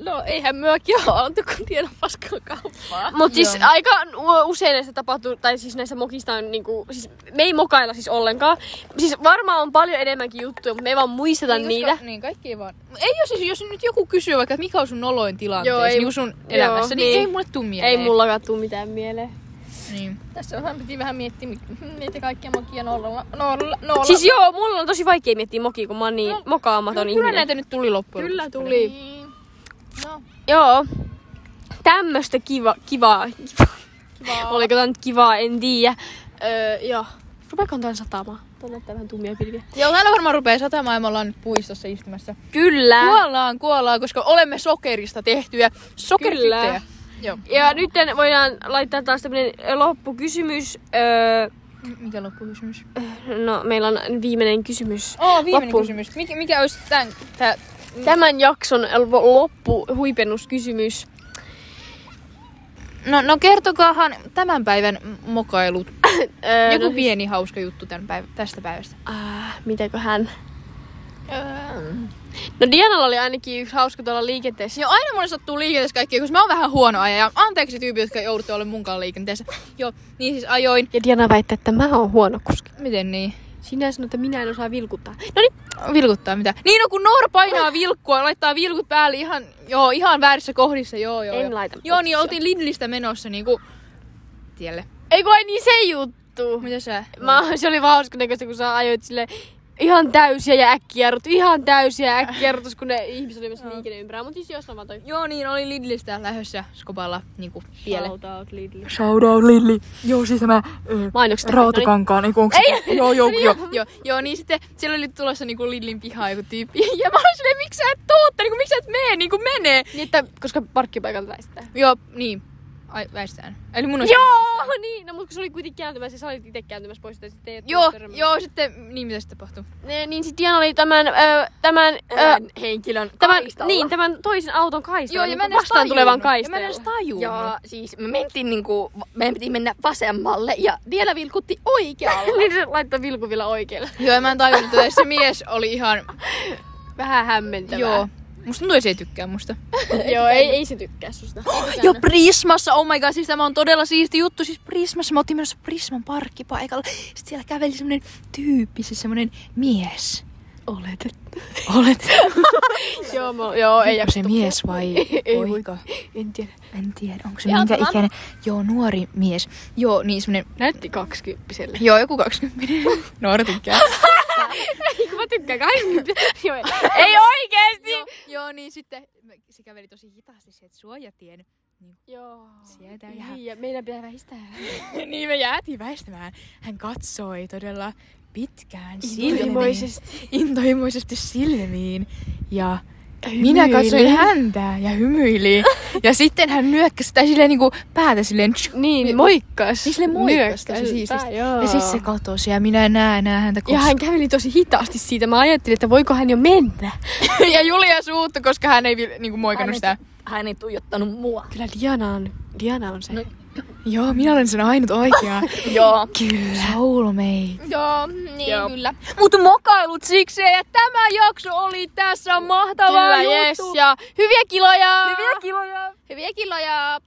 [SPEAKER 4] No, eihän myökin ole oltu, kun tiedä paskaa kauppaa.
[SPEAKER 1] Mutta siis aika u- usein näistä tapahtuu, tai siis näissä mokista on niinku, siis me ei mokailla siis ollenkaan. Siis varmaan on paljon enemmänkin juttuja, mutta me ei vaan muisteta
[SPEAKER 3] Niin,
[SPEAKER 1] niitä.
[SPEAKER 3] Koska, niin, kaikki ei vaan. Ei jos, siis, jos nyt joku kysyy vaikka, että mikä on sun noloin tilanteessa,
[SPEAKER 1] Joo, ei-
[SPEAKER 3] niin sun elämässä, niin,
[SPEAKER 1] niin.
[SPEAKER 3] ei mulle tuu mieleen.
[SPEAKER 1] Ei mullakaan tuu mitään mieleen.
[SPEAKER 3] Niin.
[SPEAKER 4] Tässä vähän piti vähän miettiä mit- niitä kaikkia mokia nolla. nolla, nolla.
[SPEAKER 1] Siis joo, mulla on tosi vaikea miettiä mokia, kun mä oon niin no,
[SPEAKER 3] No,
[SPEAKER 1] mokaamaton
[SPEAKER 3] kyllä
[SPEAKER 1] ihminen.
[SPEAKER 3] näitä nyt tuli loppuun.
[SPEAKER 1] Kyllä tuli.
[SPEAKER 4] Niin. No,
[SPEAKER 1] Joo. Tämmöstä kiva, kivaa. kivaa. Oliko tää nyt kivaa, en tiedä. Öö, joo. Rupeakoon tän satamaan? Tää näyttää vähän tummia pilviä.
[SPEAKER 3] Joo, täällä varmaan rupeaa satamaan ja me ollaan nyt puistossa istumassa.
[SPEAKER 1] Kyllä.
[SPEAKER 3] Kuollaan, kuollaan, koska olemme sokerista tehtyjä sokerityttöjä.
[SPEAKER 1] Kyllä. Ja nyt voidaan laittaa taas tämmönen ö, loppukysymys. Öö,
[SPEAKER 3] M- Mikä loppukysymys?
[SPEAKER 1] no, meillä on viimeinen kysymys.
[SPEAKER 3] Oh, viimeinen
[SPEAKER 1] Loppu.
[SPEAKER 3] kysymys. Mikä, mikä olisi tämän, tää,
[SPEAKER 1] Tämän jakson loppuhuipennuskysymys.
[SPEAKER 3] No, no kertokaahan tämän päivän m- mokailut.
[SPEAKER 1] Öö,
[SPEAKER 3] Joku siis-
[SPEAKER 1] no,
[SPEAKER 3] pieni hauska juttu tämän päivä, tästä päivästä.
[SPEAKER 1] Ah, mitäköhän? No Dianalla oli ainakin yksi hauska tuolla liikenteessä.
[SPEAKER 3] Siis Joo, aina mulle sattuu liikenteessä kaikkea, koska mä oon vähän huono ajaja. Anteeksi tyypit, jotka joudutte olemaan munkaan liikenteessä. Joo, niin siis ajoin.
[SPEAKER 1] Ja Diana väittää, että mä oon huono kuski.
[SPEAKER 3] Miten niin?
[SPEAKER 1] Sinä sanoit, että minä en osaa vilkuttaa. No niin,
[SPEAKER 3] Vilkuttaa mitä? Niin, no kun Noora painaa vilkkua, laittaa vilkut päälle ihan, joo, ihan väärissä kohdissa, joo, joo.
[SPEAKER 1] En
[SPEAKER 3] joo.
[SPEAKER 1] laita
[SPEAKER 3] Joo, niin oltiin Lidlistä menossa niinku tielle.
[SPEAKER 1] ei kun ei niin se juttu.
[SPEAKER 3] Mitä sä?
[SPEAKER 1] Mä, se oli vaan hauska näköistä, kun sä ajoit sille ihan täysiä ja äkkijarrut, ihan täysiä äkkijarrutus, kun ne ihmiset oli myös liikenne ympärillä. Mutta siis jos vaan toi
[SPEAKER 3] Joo, niin oli Lidlistä lähdössä skopalla niinku tielle.
[SPEAKER 1] Shout out Lidl.
[SPEAKER 5] Shout out Lilli. Joo, siis tämä
[SPEAKER 1] Mainokset.
[SPEAKER 5] rautakankaan, ei kun onks... Ei! Joo, joo, joo.
[SPEAKER 3] Joo, joo, niin sitten siellä oli tulossa niinku Lidlin pihaa joku tyyppi. [laughs] Ja mä olin silleen, miksi sä et tuutta, niinku miksi sä et mene, niinku menee.
[SPEAKER 1] Niin, että, koska parkkipaikalta väistää.
[SPEAKER 3] Joo, niin. Ai, väistään. Eli mun on
[SPEAKER 1] Joo, [laughs] niin. No, mutta kun se oli kuitenkin kääntymässä ja sä olit itse kääntymässä pois, että sitten ei
[SPEAKER 3] Joo, joo, sitten, niin mitä sitten tapahtuu?
[SPEAKER 1] Ne, niin sitten Diana oli tämän, ö, tämän, ö,
[SPEAKER 4] tämän henkilön
[SPEAKER 1] tämän,
[SPEAKER 4] kaistalla.
[SPEAKER 1] niin, tämän toisen auton kaistalla.
[SPEAKER 3] Joo, ja
[SPEAKER 1] niin
[SPEAKER 3] mä en
[SPEAKER 1] kuin
[SPEAKER 3] edes
[SPEAKER 1] vastaan tulevan
[SPEAKER 3] tajunnut. Ja mä en
[SPEAKER 1] kaistalla.
[SPEAKER 3] edes tajunnut.
[SPEAKER 4] Ja siis me mentiin niinku, meidän piti mennä vasemmalle ja vielä vilkutti oikealle.
[SPEAKER 1] [laughs] niin se laittoi vilku vielä oikealle.
[SPEAKER 3] Joo, ja mä en tajunnut, että se mies oli ihan...
[SPEAKER 1] Vähän hämmentävää.
[SPEAKER 3] [laughs] Joo. Musta tuntuu, että se ei tykkää musta.
[SPEAKER 1] Joo, ei, ei se tykkää susta. [gasps]
[SPEAKER 3] Joo, Prismassa, oh my god, siis tämä on todella siisti juttu. Siis Prismassa, me oltiin menossa Prisman parkkipaikalla. Sitten siellä käveli semmonen tyyppi, siis semmonen mies. Olet.
[SPEAKER 1] joo, mä, joo,
[SPEAKER 3] [laughs]
[SPEAKER 1] ei
[SPEAKER 5] Onko
[SPEAKER 1] jaksa.
[SPEAKER 5] se mies vai poika?
[SPEAKER 1] En tiedä.
[SPEAKER 3] En tiedä, onko se
[SPEAKER 4] Ja
[SPEAKER 3] minkä
[SPEAKER 4] antakaa-
[SPEAKER 3] ikäinen. Joo, nuori mies. Joo, niin semmonen...
[SPEAKER 1] Näytti kaksikymppiselle.
[SPEAKER 3] Joo, joku 20. [laughs] Nuori tykkää.
[SPEAKER 1] Kun mä tykkään kaksikymppiselle. joo, ei oikeesti!
[SPEAKER 3] joo, joo, niin sitten se käveli tosi hitaasti sieltä suojatien
[SPEAKER 1] Joo.
[SPEAKER 3] sieltä. Ja
[SPEAKER 1] Niin, ja meidän pitää väistää.
[SPEAKER 3] [laughs] niin me jäätiin väistämään. Hän katsoi todella pitkään
[SPEAKER 1] Intohimoisesti.
[SPEAKER 3] silmiin- intohimoisesti silmiin. Ja minä katsoin häntä ja hymyili. ja sitten hän nyökkäsi tai silleen niin kuin päätä silleen. tsk,
[SPEAKER 1] Niin, moikkas.
[SPEAKER 3] Niin silleen moikkasi tosi siististi.
[SPEAKER 1] Joo.
[SPEAKER 3] Ja siis se katosi ja minä en näe enää häntä
[SPEAKER 1] ja
[SPEAKER 3] koskaan.
[SPEAKER 1] hän käveli tosi hitaasti siitä. Mä ajattelin, että voiko hän jo mennä.
[SPEAKER 3] [laughs] Ja, ja Julia suuttu, koska hän ei vi- niinku moikannut sitä.
[SPEAKER 4] Hän ei tuijottanut mua.
[SPEAKER 1] Kyllä Diana on, Diana on se. No,
[SPEAKER 3] Joo, minä olen sen ainut oikea.
[SPEAKER 4] Joo.
[SPEAKER 3] Kyllä. Soulmate.
[SPEAKER 4] Joo, niin Joo. kyllä.
[SPEAKER 3] Mutta mokailut sikseen ja tämä jakso oli tässä mahtavaa
[SPEAKER 1] Kyllä, jes,
[SPEAKER 3] juttu.
[SPEAKER 1] ja hyviä kiloja!
[SPEAKER 4] Hyviä kiloja.